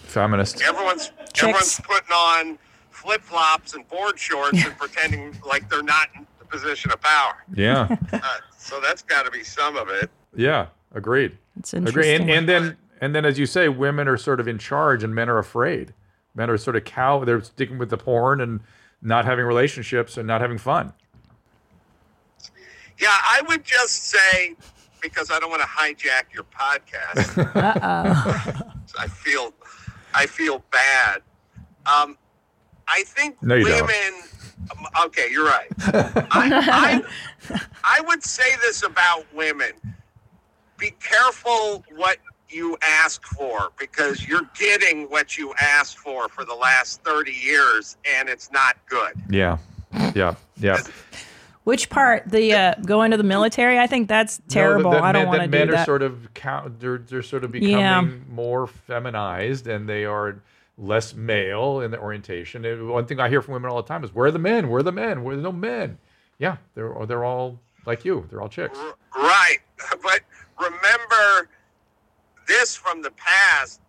[SPEAKER 1] Feminist.
[SPEAKER 8] Everyone's everyone's putting on flip flops and board shorts and pretending like they're not in the position of power.
[SPEAKER 1] Yeah.
[SPEAKER 8] Uh, so that's got to be some of it.
[SPEAKER 1] yeah. Agreed.
[SPEAKER 2] It's
[SPEAKER 1] Agreed.
[SPEAKER 2] interesting.
[SPEAKER 1] And, and then and then as you say, women are sort of in charge and men are afraid. Men are sort of cow they're sticking with the porn and not having relationships and not having fun.
[SPEAKER 8] Yeah, I would just say because I don't want to hijack your podcast.
[SPEAKER 2] Uh
[SPEAKER 8] I feel, I feel bad. Um, I think
[SPEAKER 1] No, you don't.
[SPEAKER 8] women. um, Okay, you're right. I, I, I would say this about women: be careful what you ask for because you're getting what you asked for for the last thirty years, and it's not good.
[SPEAKER 1] Yeah. Yeah. Yeah.
[SPEAKER 2] Which part? The uh, going to the military? I think that's terrible.
[SPEAKER 1] No, that- that
[SPEAKER 2] I don't
[SPEAKER 1] men-
[SPEAKER 2] want to
[SPEAKER 1] that
[SPEAKER 2] do
[SPEAKER 1] men
[SPEAKER 2] that.
[SPEAKER 1] are sort of count, they're, they're sort of becoming
[SPEAKER 2] Yeah.
[SPEAKER 1] more feminized and they are less male in the orientation. And one thing I hear from women all the time is, "Where are the men? Where are the men? Where are no men?" Yeah, they're they're all like you. They're all chicks.
[SPEAKER 8] R- Right. But remember this from the past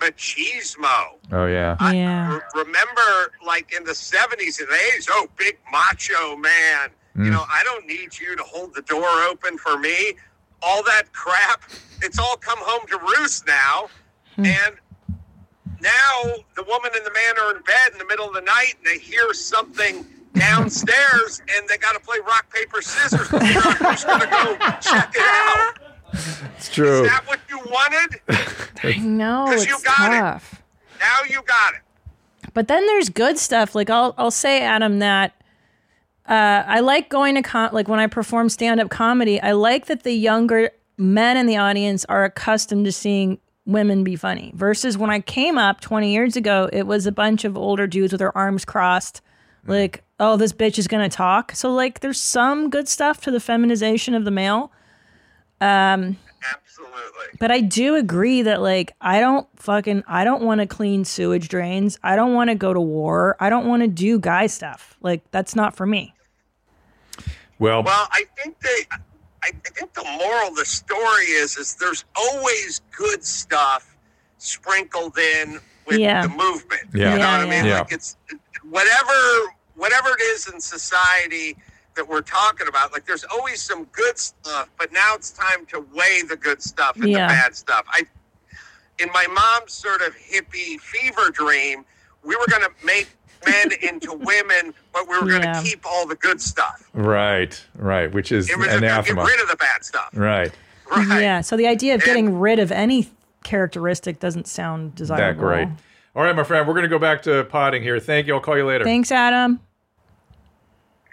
[SPEAKER 8] machismo.
[SPEAKER 1] Oh yeah.
[SPEAKER 2] yeah.
[SPEAKER 8] R- remember, like in the 70s and 80s, oh, big macho man. You
[SPEAKER 1] Mm.
[SPEAKER 8] know, I don't need you to hold the door open for me. All that crap, it's all come home to roost now.
[SPEAKER 9] Hmm.
[SPEAKER 8] And now the woman and the man are in bed in the middle of the night and they hear something downstairs and they got to play rock, paper, scissors to figure out who's going to go check it out.
[SPEAKER 1] It's true.
[SPEAKER 8] Is that what you wanted?
[SPEAKER 9] I know
[SPEAKER 8] 'Cause
[SPEAKER 9] it's
[SPEAKER 8] you got it.
[SPEAKER 9] tough.
[SPEAKER 8] Now you got it.
[SPEAKER 2] But then there's good stuff. Like I'll I'll say, Adam, that uh, I like going to con like when I perform stand up comedy, I like that the younger men in the audience are accustomed to seeing women be funny. Versus when I came up 20 years ago, it was a bunch of older dudes with their arms crossed, like, oh, this bitch is gonna talk. So like there's some good stuff to the feminization of the male. Um
[SPEAKER 8] Absolutely.
[SPEAKER 2] But I do agree that like I don't fucking I don't want to clean sewage drains. I don't want to go to war. I don't want to do guy stuff. Like that's not for me.
[SPEAKER 1] Well,
[SPEAKER 8] Well, I think they, I, I think the moral of the story is, is there's always good stuff sprinkled in with
[SPEAKER 2] Yeah.
[SPEAKER 8] the movement.
[SPEAKER 1] Yeah.
[SPEAKER 8] You know what I
[SPEAKER 2] Yeah,
[SPEAKER 8] mean?
[SPEAKER 1] yeah.
[SPEAKER 8] Like it's whatever, whatever it is in society that we're talking about, like there's always some good stuff, but now it's time to weigh the good stuff and
[SPEAKER 2] Yeah.
[SPEAKER 8] the bad stuff. I, in my mom's sort of hippie fever dream, we were going to make men into women, but we were going to
[SPEAKER 2] Yeah.
[SPEAKER 8] keep all the good stuff.
[SPEAKER 1] right, right, which is
[SPEAKER 8] It was about get
[SPEAKER 1] anathema.
[SPEAKER 8] rid of the bad stuff.
[SPEAKER 1] Right.
[SPEAKER 8] Right.
[SPEAKER 2] Yeah. So the idea of
[SPEAKER 8] And-
[SPEAKER 2] getting rid of any characteristic doesn't sound
[SPEAKER 1] That
[SPEAKER 2] desirable.
[SPEAKER 1] great. All right, my friend, we're going to go back to potting here. Thank you. I'll call you later.
[SPEAKER 2] Thanks, Adam.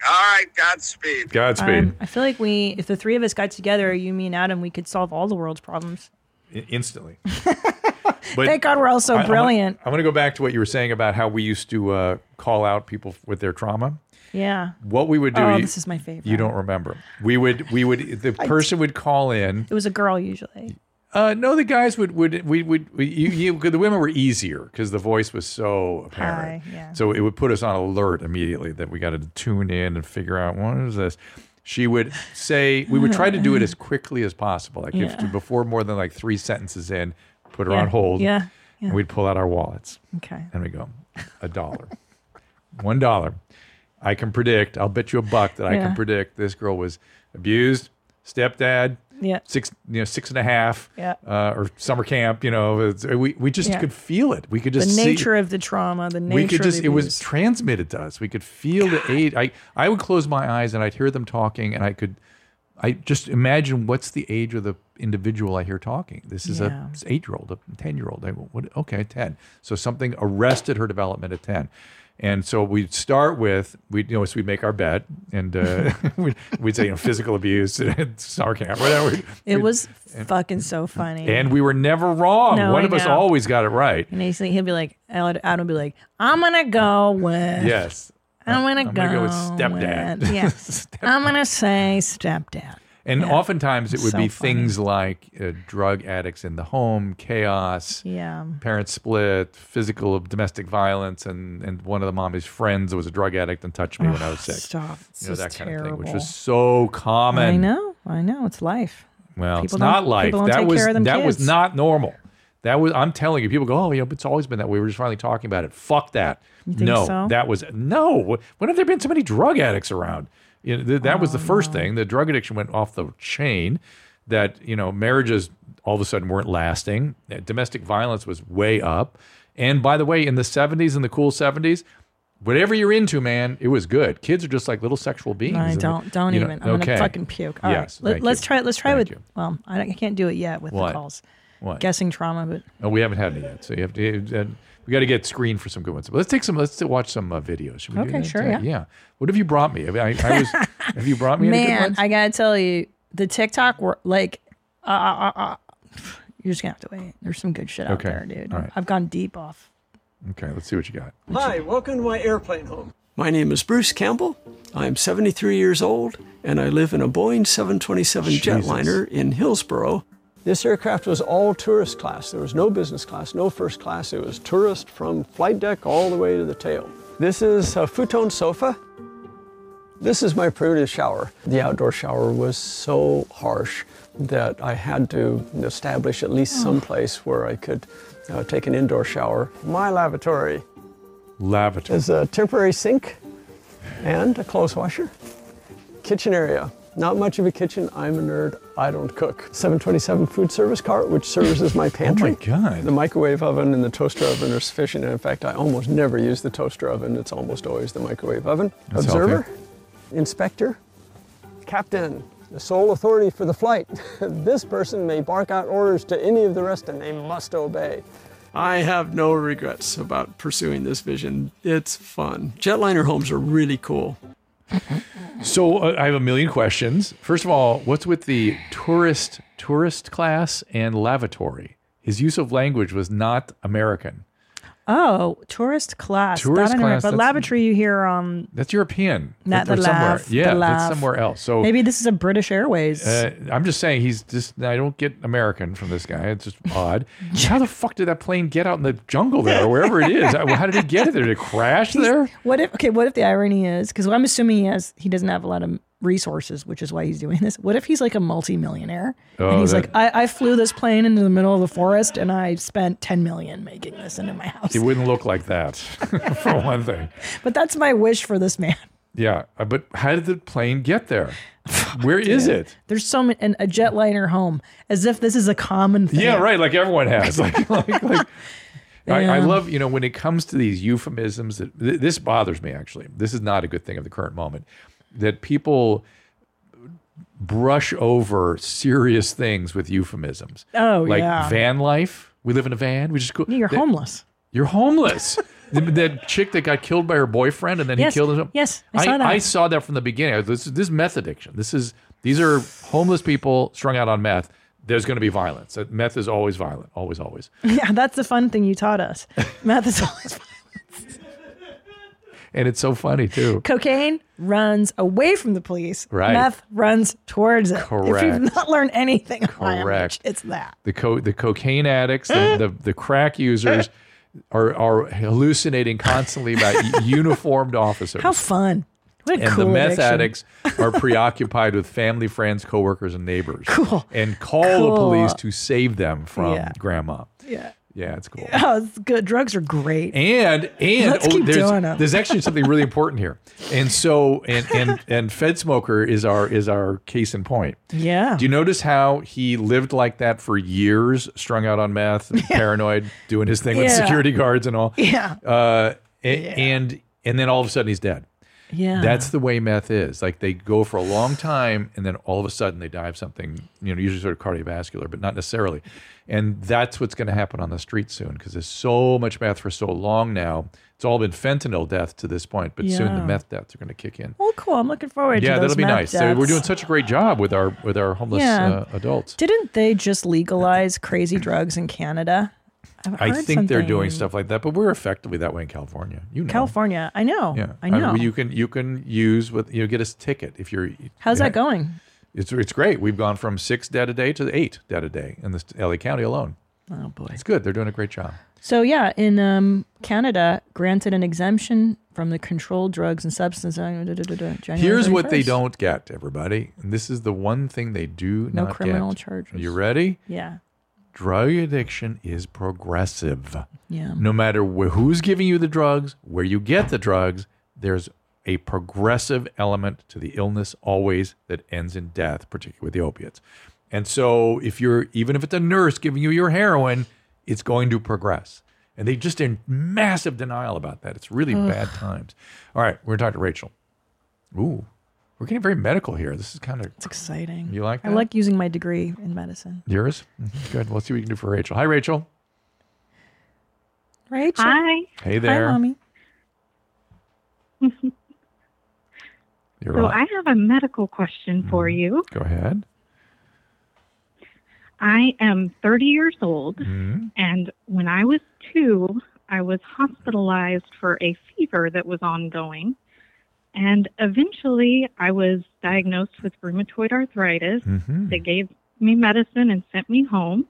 [SPEAKER 8] All right. Godspeed.
[SPEAKER 1] Godspeed.
[SPEAKER 2] Um, I feel like we, if the three of us got together, you, me, and Adam, we could solve all the world's problems.
[SPEAKER 1] I- instantly. But
[SPEAKER 2] Thank God we're all so
[SPEAKER 1] I- I wanna-
[SPEAKER 2] brilliant.
[SPEAKER 1] I'm going to go back to what you were saying about how we used to uh, call out people with their trauma.
[SPEAKER 2] yeah.
[SPEAKER 1] What we would do,
[SPEAKER 2] Oh,
[SPEAKER 1] you,
[SPEAKER 2] this is my favorite.
[SPEAKER 1] you don't remember. We would, we would, the person would call in.
[SPEAKER 2] It was a girl usually.
[SPEAKER 1] Uh, no, the guys would would we would we, you, you, 'cause the women were easier because the voice was so apparent.
[SPEAKER 2] High, yeah.
[SPEAKER 1] So it would put us on alert immediately that we got to tune in and figure out what is this. She would say we would try to do it as quickly as possible, like
[SPEAKER 2] Yeah.
[SPEAKER 1] if before more than like three sentences in, put her
[SPEAKER 2] Yeah.
[SPEAKER 1] on hold.
[SPEAKER 2] Yeah.
[SPEAKER 1] And we'd pull out our wallets
[SPEAKER 2] Okay.
[SPEAKER 1] and we go a dollar, one dollar. I can predict. I'll bet you a buck that I
[SPEAKER 2] Yeah.
[SPEAKER 1] can predict this girl was abused, stepdad,
[SPEAKER 2] Yeah.
[SPEAKER 1] six you know six and a half
[SPEAKER 2] Yeah.
[SPEAKER 1] uh, or summer camp you know it's, we, we just
[SPEAKER 2] Yeah.
[SPEAKER 1] could feel it we could
[SPEAKER 2] The
[SPEAKER 1] just see-
[SPEAKER 2] nature of the trauma, the nature
[SPEAKER 1] we could
[SPEAKER 2] of
[SPEAKER 1] just
[SPEAKER 2] the
[SPEAKER 1] it was
[SPEAKER 2] abuse.
[SPEAKER 1] transmitted to us we could feel the aid i i would close my eyes and i'd hear them talking and i could i just imagine what's the age of the individual i hear talking this is
[SPEAKER 2] Yeah.
[SPEAKER 1] a eight year old a 10 year old I, what, okay 10 so something arrested her development at 10 and so we'd start with we would you know so we'd make our bet and uh, we'd, we'd say you know physical abuse summer camp whatever
[SPEAKER 2] It was fucking so funny.
[SPEAKER 1] And we were never wrong.
[SPEAKER 2] No,
[SPEAKER 1] One
[SPEAKER 2] I
[SPEAKER 1] of us
[SPEAKER 2] know.
[SPEAKER 1] always got it right.
[SPEAKER 2] and he's like, he'll be like, Adam Adam will be like, I'm gonna go with,
[SPEAKER 1] Yes.
[SPEAKER 2] I'm gonna
[SPEAKER 1] I'm
[SPEAKER 2] go,
[SPEAKER 1] gonna go with stepdad.
[SPEAKER 2] with- yeah,
[SPEAKER 1] Step-
[SPEAKER 2] I'm gonna say stepdad.
[SPEAKER 1] and oftentimes it would
[SPEAKER 2] So
[SPEAKER 1] be
[SPEAKER 2] funny.
[SPEAKER 1] things like uh, drug addicts in the home, chaos,
[SPEAKER 2] Yeah,
[SPEAKER 1] parents split, physical domestic violence, and, and one of the mommy's friends was a drug addict and touched me when I was sick.
[SPEAKER 2] stop. It's
[SPEAKER 1] You know, that
[SPEAKER 2] just
[SPEAKER 1] kind
[SPEAKER 2] terrible.
[SPEAKER 1] of thing, which was so common.
[SPEAKER 2] I know, I know. It's life.
[SPEAKER 1] Well, it's
[SPEAKER 2] People
[SPEAKER 1] not
[SPEAKER 2] don't-
[SPEAKER 1] life.
[SPEAKER 2] people don't
[SPEAKER 1] That
[SPEAKER 2] take
[SPEAKER 1] was
[SPEAKER 2] care of them
[SPEAKER 1] that was
[SPEAKER 2] kids.
[SPEAKER 1] not normal. That was I'm telling you, people go, oh, yeah, but it's always been that way. We We're just finally talking about it. Fuck that.
[SPEAKER 2] think
[SPEAKER 1] no,
[SPEAKER 2] so?
[SPEAKER 1] that was no. When have there been so many drug addicts around? You know, th- that was the
[SPEAKER 2] Oh.
[SPEAKER 1] first thing. The drug addiction went off the chain. That you know, marriages all of a sudden weren't lasting. Uh, Domestic violence was way up. And by the way, in the 70s, in the cool 70s, whatever you're into, man, it was good. Kids are just like little sexual beings.
[SPEAKER 2] I
[SPEAKER 1] and
[SPEAKER 2] don't don't
[SPEAKER 1] you know,
[SPEAKER 2] even. I'm
[SPEAKER 1] okay.
[SPEAKER 2] gonna fucking puke. All right,
[SPEAKER 1] Yes,
[SPEAKER 2] Let,
[SPEAKER 1] thank
[SPEAKER 2] us
[SPEAKER 1] you.
[SPEAKER 2] try it. Let's try with.
[SPEAKER 1] Thank you.
[SPEAKER 2] Well, I, don't- I can't do it yet with
[SPEAKER 1] What?
[SPEAKER 2] the calls.
[SPEAKER 1] What?
[SPEAKER 2] Guessing trauma, but
[SPEAKER 1] No, Oh, we haven't had any yet. So you have to. uh, We got to get screened for some good ones. But let's take some. Let's watch some uh, videos. Should we do
[SPEAKER 2] Okay,
[SPEAKER 1] that?
[SPEAKER 2] sure,
[SPEAKER 1] Uh,
[SPEAKER 2] yeah.
[SPEAKER 1] Yeah. What have you brought me? Have, I, I was, have you brought me? any good
[SPEAKER 2] man,
[SPEAKER 1] ones?
[SPEAKER 2] I gotta tell you, the TikTok were like, uh, uh, uh, uh, you're just gonna have to wait. There's some good shit out
[SPEAKER 1] Okay,
[SPEAKER 2] there, dude.
[SPEAKER 1] all right.
[SPEAKER 2] I've gone deep off.
[SPEAKER 1] okay, let's see what you got.
[SPEAKER 9] Hi, welcome to my airplane home. My name is Bruce Campbell. I'm 73 years old, and I live in a Boeing 727 jetliner in Hillsboro. This aircraft was all tourist class. There was no business class, no first class. It was tourist from flight deck all the way to the tail. This is a futon sofa. This is my primitive shower. The outdoor shower was so harsh that I had to establish at least some place where I could uh, take an indoor shower. My lavatory
[SPEAKER 1] Lavatory.
[SPEAKER 9] is a temporary sink and a clothes washer. Kitchen area. Not much of a kitchen. I'm a nerd. I don't cook. 727 food service cart, which serves as my pantry.
[SPEAKER 1] God.
[SPEAKER 9] The microwave oven and the toaster oven are sufficient. And in fact, I almost never use the toaster oven. It's almost always the microwave oven.
[SPEAKER 1] That's
[SPEAKER 9] Observer,
[SPEAKER 1] healthy.
[SPEAKER 9] inspector, captain, the sole authority for the flight. this person may bark out orders to any of the rest and they must obey. I have no regrets about pursuing this vision. It's fun. Jetliner homes are really cool.
[SPEAKER 1] So uh, I have a million questions. First of all, what's with the tourist tourist class and lavatory? His use of language was not American.
[SPEAKER 2] Oh, tourist class.
[SPEAKER 1] Tourist
[SPEAKER 2] that I know,
[SPEAKER 1] class,
[SPEAKER 2] But
[SPEAKER 1] that's-
[SPEAKER 2] lavatory, you hear um,
[SPEAKER 1] That's European.
[SPEAKER 2] Not
[SPEAKER 1] Or
[SPEAKER 2] the
[SPEAKER 1] somewhere.
[SPEAKER 2] lav, the
[SPEAKER 1] Yeah, that's
[SPEAKER 2] lav.
[SPEAKER 1] somewhere else. So
[SPEAKER 2] maybe this is a British Airways.
[SPEAKER 1] Uh, I'm just saying he's just. I don't get American from this guy. It's just odd. How the fuck did that plane get out in the jungle there, or wherever it is? How did it get it there? Did it crash there?
[SPEAKER 2] What if okay? What if the irony is because I'm assuming he has he doesn't have a lot of resources, which is why he's doing this. What if he's like a multimillionaire
[SPEAKER 1] Oh,
[SPEAKER 2] and he's
[SPEAKER 1] that-
[SPEAKER 2] like, I, I flew this plane into the middle of the forest and I spent ten million making this into my house.
[SPEAKER 1] It wouldn't look like that, for one thing.
[SPEAKER 2] But that's my wish for this man.
[SPEAKER 1] Yeah, uh, but how did the plane get there? Where is it?
[SPEAKER 2] There's so many and a jetliner home as if this is a common thing.
[SPEAKER 1] Yeah, right. Like everyone has. Like, like, like I, I
[SPEAKER 2] Yeah.
[SPEAKER 1] love, you know, when it comes to these euphemisms, that th- this bothers me actually. This is not a good thing of the current moment that people brush over serious things with euphemisms.
[SPEAKER 2] Oh,
[SPEAKER 1] like
[SPEAKER 2] yeah.
[SPEAKER 1] van life. We live in a van, which is cool.
[SPEAKER 2] You're
[SPEAKER 1] That-
[SPEAKER 2] homeless.
[SPEAKER 1] You're homeless. that, that chick that got killed by her boyfriend and then
[SPEAKER 2] Yes,
[SPEAKER 1] he killed himself.
[SPEAKER 2] yes, I saw that.
[SPEAKER 1] I saw that from the beginning. I was, This, this is meth addiction. This is these are homeless people strung out on meth. There's going to be violence. That Meth is always violent. Always, always.
[SPEAKER 2] Yeah, that's the fun thing you taught us. Math is always fun.
[SPEAKER 1] And it's so funny too.
[SPEAKER 2] Cocaine runs away from the police.
[SPEAKER 1] Right.
[SPEAKER 2] Meth runs towards it. If
[SPEAKER 1] Correct.
[SPEAKER 2] you've not learned anything on
[SPEAKER 1] Correct.
[SPEAKER 2] Correct. it's that.
[SPEAKER 1] The co- the cocaine addicts, the, the the crack users, are are hallucinating constantly about u- uniformed officers.
[SPEAKER 2] How fun. What a
[SPEAKER 1] and
[SPEAKER 2] cool
[SPEAKER 1] the meth
[SPEAKER 2] addiction.
[SPEAKER 1] addicts are preoccupied with family, friends, coworkers, and neighbors.
[SPEAKER 2] Cool.
[SPEAKER 1] And call the
[SPEAKER 2] Cool.
[SPEAKER 1] police to save them from
[SPEAKER 2] Yeah.
[SPEAKER 1] grandma.
[SPEAKER 2] Yeah.
[SPEAKER 1] Yeah, it's cool.
[SPEAKER 2] Oh, it's good. Drugs are great.
[SPEAKER 1] And and
[SPEAKER 2] Let's
[SPEAKER 1] oh,
[SPEAKER 2] keep
[SPEAKER 1] there's
[SPEAKER 2] doing 'em.
[SPEAKER 1] there's actually something really important here. And so and and and Fed Smoker is our is our case in point.
[SPEAKER 2] yeah.
[SPEAKER 1] Do you notice how he lived like that for years, strung out on meth, and paranoid, doing his thing with
[SPEAKER 2] Yeah.
[SPEAKER 1] security guards and all?
[SPEAKER 2] yeah.
[SPEAKER 1] Uh, a- and and then all of a sudden he's dead.
[SPEAKER 2] Yeah.
[SPEAKER 1] That's the way meth is. Like they go for a long time and then all of a sudden they die of something, you know, usually sort of cardiovascular, but not necessarily. And that's what's going to happen on the street soon because there's so much meth for so long now. It's all been fentanyl death to this point, but soon the
[SPEAKER 2] Yeah.
[SPEAKER 1] meth deaths are going to kick in.
[SPEAKER 2] well, cool. I'm looking forward
[SPEAKER 1] yeah,
[SPEAKER 2] to those
[SPEAKER 1] that'll be
[SPEAKER 2] meth
[SPEAKER 1] nice. So we're
[SPEAKER 2] deaths.
[SPEAKER 1] doing such a great job with our with our homeless
[SPEAKER 2] Yeah.
[SPEAKER 1] uh, adults.
[SPEAKER 2] Didn't they just legalize crazy drugs in Canada? I've
[SPEAKER 1] I
[SPEAKER 2] heard
[SPEAKER 1] think they're doing
[SPEAKER 2] something.
[SPEAKER 1] stuff like that, but we're effectively that way in California. You know.
[SPEAKER 2] California. I know.
[SPEAKER 1] Yeah,
[SPEAKER 2] Oh, I know.
[SPEAKER 1] you can you can use with you know, get a ticket if you're.
[SPEAKER 2] How's
[SPEAKER 1] Yeah.
[SPEAKER 2] that going?
[SPEAKER 1] It's it's great. We've gone from six dead a day to eight dead a day in this LA County alone.
[SPEAKER 2] Oh boy.
[SPEAKER 1] It's good. They're doing a great job.
[SPEAKER 2] So yeah, in um, Canada, granted an exemption from the Controlled Drugs and Substances Act.
[SPEAKER 1] Here's what they don't get, everybody. And this is the one thing they do
[SPEAKER 2] No
[SPEAKER 1] not
[SPEAKER 2] criminal
[SPEAKER 1] get.
[SPEAKER 2] charges.
[SPEAKER 1] Are you ready?
[SPEAKER 2] Yeah.
[SPEAKER 1] Drug addiction is progressive.
[SPEAKER 2] Yeah.
[SPEAKER 1] No matter wh- who's giving you the drugs, where you get the drugs, there's a progressive element to the illness always that ends in death, particularly with the opiates. And so, if you're even if it's a nurse giving you your heroin, it's going to progress. And they just in massive denial about that. It's really
[SPEAKER 2] Ugh.
[SPEAKER 1] bad times. All right, we're going to talk to Rachel. Ooh, we're getting very medical here. This is kind of
[SPEAKER 2] It's exciting.
[SPEAKER 1] You like
[SPEAKER 2] I
[SPEAKER 1] that?
[SPEAKER 2] like using my degree in medicine.
[SPEAKER 1] yours. Mhm, Good. Let's see what we can do for Rachel. Hi, Rachel.
[SPEAKER 2] Rachel.
[SPEAKER 5] Hi.
[SPEAKER 1] Hey there.
[SPEAKER 2] Hi, mommy.
[SPEAKER 1] You're
[SPEAKER 5] So
[SPEAKER 1] on.
[SPEAKER 5] I have a medical question for you.
[SPEAKER 1] Mm-hmm. Go ahead.
[SPEAKER 5] I am 30 years old,
[SPEAKER 1] Mhm.
[SPEAKER 5] and when I was two, I was hospitalized for a fever that was ongoing. And eventually, I was diagnosed with rheumatoid arthritis.
[SPEAKER 1] Mhm.
[SPEAKER 5] They gave me medicine and sent me home.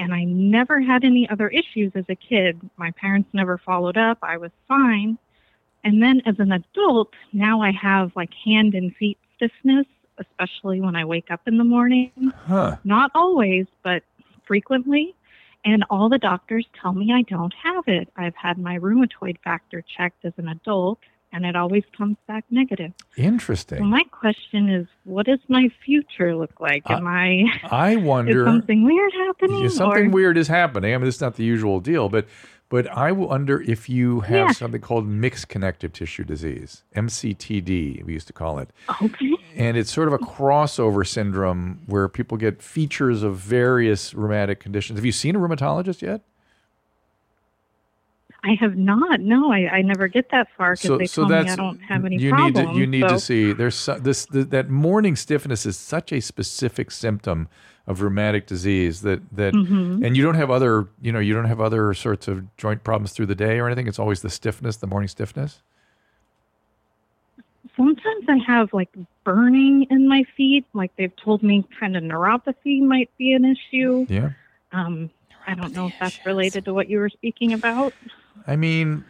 [SPEAKER 5] And I never had any other issues as a kid. My parents never followed up. I was fine. And then as an adult, now I have like hand and feet stiffness, especially when I wake up in the morning.
[SPEAKER 1] Huh.
[SPEAKER 5] Not always, but frequently. And all the doctors tell me I don't have it. I've had my rheumatoid factor checked as an adult, and it always comes back negative. So
[SPEAKER 1] Interesting.
[SPEAKER 5] my question is, what does my future look like? Am I
[SPEAKER 1] I wonder.
[SPEAKER 5] is something weird happening?
[SPEAKER 1] Yeah, something
[SPEAKER 5] or-
[SPEAKER 1] weird is happening. I mean, it's not the usual deal, but but I wonder if you have
[SPEAKER 5] Yeah.
[SPEAKER 1] something called mixed connective tissue disease, MCTD, we used to call it,
[SPEAKER 5] Okay.
[SPEAKER 1] and it's sort of a crossover syndrome where people get features of various rheumatic conditions. Have you seen a rheumatologist yet?
[SPEAKER 5] I have not. No, I, I never get that far because they tell me I don't have any
[SPEAKER 1] you
[SPEAKER 5] problems.
[SPEAKER 1] need to you need
[SPEAKER 5] so-
[SPEAKER 1] to see there's so, this th that morning stiffness is such a specific symptom of rheumatic disease that that
[SPEAKER 5] Mhm.
[SPEAKER 1] and you don't have other you know you don't have other sorts of joint problems through the day or anything it's always the stiffness the morning stiffness
[SPEAKER 5] Sometimes I have like burning in my feet. Like they've told me kind of neuropathy might be an issue.
[SPEAKER 1] yeah
[SPEAKER 5] Um, I don't know if that's related to what you were speaking about.
[SPEAKER 1] I mean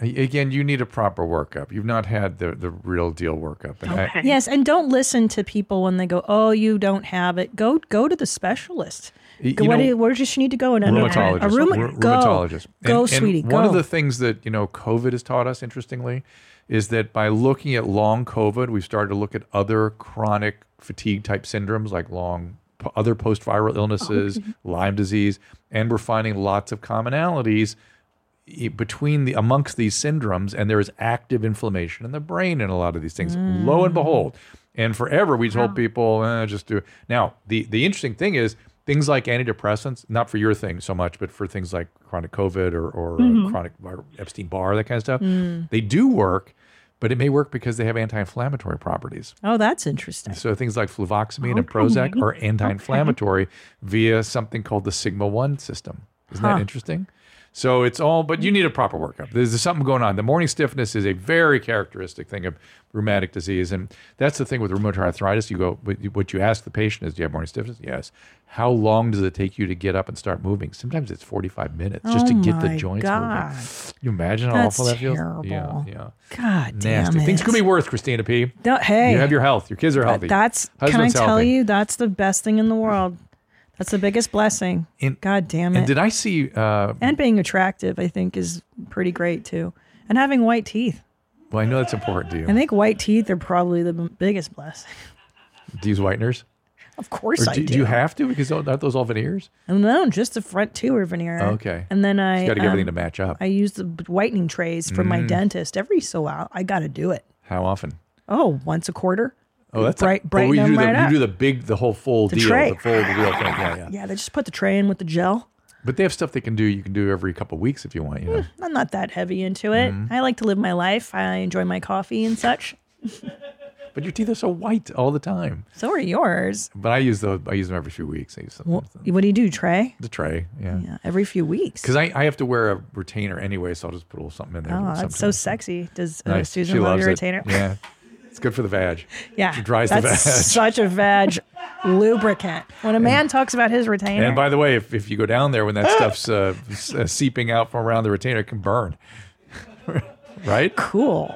[SPEAKER 1] a- again you need a proper workup you've not had the the real deal workup and I-
[SPEAKER 2] Yes, and don't listen to people when they go, "Oh, you don't have it." Go go to the specialist.
[SPEAKER 1] Y-
[SPEAKER 2] Go,
[SPEAKER 1] you
[SPEAKER 2] what
[SPEAKER 1] know-
[SPEAKER 2] do you- where does she need to go? An
[SPEAKER 1] rheumatologist.
[SPEAKER 2] A rheuma-
[SPEAKER 1] Rheu-
[SPEAKER 2] go.
[SPEAKER 1] rheumatologist.
[SPEAKER 2] Go,
[SPEAKER 1] and,
[SPEAKER 2] sweetie.
[SPEAKER 1] And
[SPEAKER 2] go.
[SPEAKER 1] one of the things that you know COVID has taught us, interestingly, is that by looking at long COVID, we've started to look at other chronic fatigue type syndromes like long p- other post viral illnesses,
[SPEAKER 2] Oh,
[SPEAKER 1] Lyme disease, and we're finding lots of commonalities i- between the amongst these syndromes and there is active inflammation in the brain in a lot of these things
[SPEAKER 2] Mm.
[SPEAKER 1] lo and
[SPEAKER 2] Mm-hmm.
[SPEAKER 1] behold and forever we told people eh, just do it. now the the interesting thing is things like antidepressants not for your thing so much but for things like chronic covid or, or uh,
[SPEAKER 10] Mhm.
[SPEAKER 1] chronic vir- epstein barr that kind of stuff
[SPEAKER 2] Mm-hmm. Mm.
[SPEAKER 1] they do work but it may work because they have anti-inflammatory properties
[SPEAKER 2] oh, that's interesting.
[SPEAKER 1] so things like fluvoxamine and prozac are anti-inflammatory via something called the sigma-1 system isn't
[SPEAKER 2] Huh.
[SPEAKER 1] that interesting so it's all, but you need a proper workup. There's, there's something going on. The morning stiffness is a very characteristic thing of rheumatic disease, and that's the thing with rheumatoid arthritis. You go, what you- what you ask the patient is, "Do you have morning stiffness?" Yes. How long does it take you to get up and start moving? Sometimes it's 45 minutes just to
[SPEAKER 2] Oh
[SPEAKER 1] get the
[SPEAKER 2] my
[SPEAKER 1] joints
[SPEAKER 2] God.
[SPEAKER 1] moving. Can you imagine how
[SPEAKER 2] That's
[SPEAKER 1] awful that feels? Yeah,
[SPEAKER 2] terrible.
[SPEAKER 1] yeah.
[SPEAKER 2] God
[SPEAKER 1] Nasty.
[SPEAKER 2] damn it.
[SPEAKER 1] Things could be worse, Christina P.
[SPEAKER 2] No, hey.
[SPEAKER 1] you have your health. Your kids are
[SPEAKER 2] But
[SPEAKER 1] healthy.
[SPEAKER 2] That's can I
[SPEAKER 1] Husband's
[SPEAKER 2] tell
[SPEAKER 1] healthy.
[SPEAKER 2] you? That's the best thing in the world. That's the biggest blessing.
[SPEAKER 1] And-
[SPEAKER 2] God damn it.
[SPEAKER 1] And did I see? Uh,
[SPEAKER 2] and being attractive, I think, is pretty great too. And having white teeth.
[SPEAKER 1] well, I know that's important to you.
[SPEAKER 2] I think white teeth are probably the m- biggest blessing.
[SPEAKER 1] do you use whiteners?
[SPEAKER 2] Of course,
[SPEAKER 1] Or
[SPEAKER 2] I
[SPEAKER 1] do,
[SPEAKER 2] do.
[SPEAKER 1] you have to? Because aren't those all veneers?
[SPEAKER 2] And no, just the front two are veneer.
[SPEAKER 1] Okay.
[SPEAKER 2] And then I
[SPEAKER 1] You got to get everything to
[SPEAKER 2] um,
[SPEAKER 1] match up.
[SPEAKER 2] I use the b- whitening trays from my
[SPEAKER 1] Mm.
[SPEAKER 2] dentist every so while. I got to do it.
[SPEAKER 1] How often?
[SPEAKER 2] Oh, once a quarter.
[SPEAKER 1] Oh, that's
[SPEAKER 2] bright.
[SPEAKER 1] A,
[SPEAKER 2] brighten
[SPEAKER 1] oh, you
[SPEAKER 2] them
[SPEAKER 1] do the
[SPEAKER 2] right up.
[SPEAKER 1] you do the big, the whole full
[SPEAKER 2] The
[SPEAKER 1] deal,
[SPEAKER 2] tray.
[SPEAKER 1] the full, the real thing. Yeah, yeah.
[SPEAKER 2] yeah, they just put the tray in with the gel.
[SPEAKER 1] But they have stuff they can do. You can do every couple of weeks if you want. You know.
[SPEAKER 2] I'm not that heavy into it.
[SPEAKER 1] Mm-hmm.
[SPEAKER 2] I like to live my life. I enjoy my coffee and such.
[SPEAKER 1] But your teeth are so white all the time.
[SPEAKER 2] So are yours.
[SPEAKER 1] But I use those. I use them every few weeks. I use them,
[SPEAKER 2] Well, what do you do, tray?
[SPEAKER 1] the tray. Yeah.
[SPEAKER 2] Yeah, every few weeks.
[SPEAKER 1] Because I, I have to wear a retainer anyway, so I'll just put a little something in there.
[SPEAKER 2] Oh, that's so
[SPEAKER 1] sometimes.
[SPEAKER 2] sexy. Does uh,
[SPEAKER 1] Nice.
[SPEAKER 2] Susan
[SPEAKER 1] she
[SPEAKER 2] love
[SPEAKER 1] loves
[SPEAKER 2] your
[SPEAKER 1] it.
[SPEAKER 2] retainer?
[SPEAKER 1] Yeah. It's good for the vag.
[SPEAKER 2] Yeah,
[SPEAKER 1] It dries the vag.
[SPEAKER 2] that's such a veg lubricant. When a man talks about his retainer, Ah.
[SPEAKER 1] And by the way, if, if you go down there when that stuff's uh, s- uh, seeping out from around the retainer, it can burn. right?
[SPEAKER 2] Cool.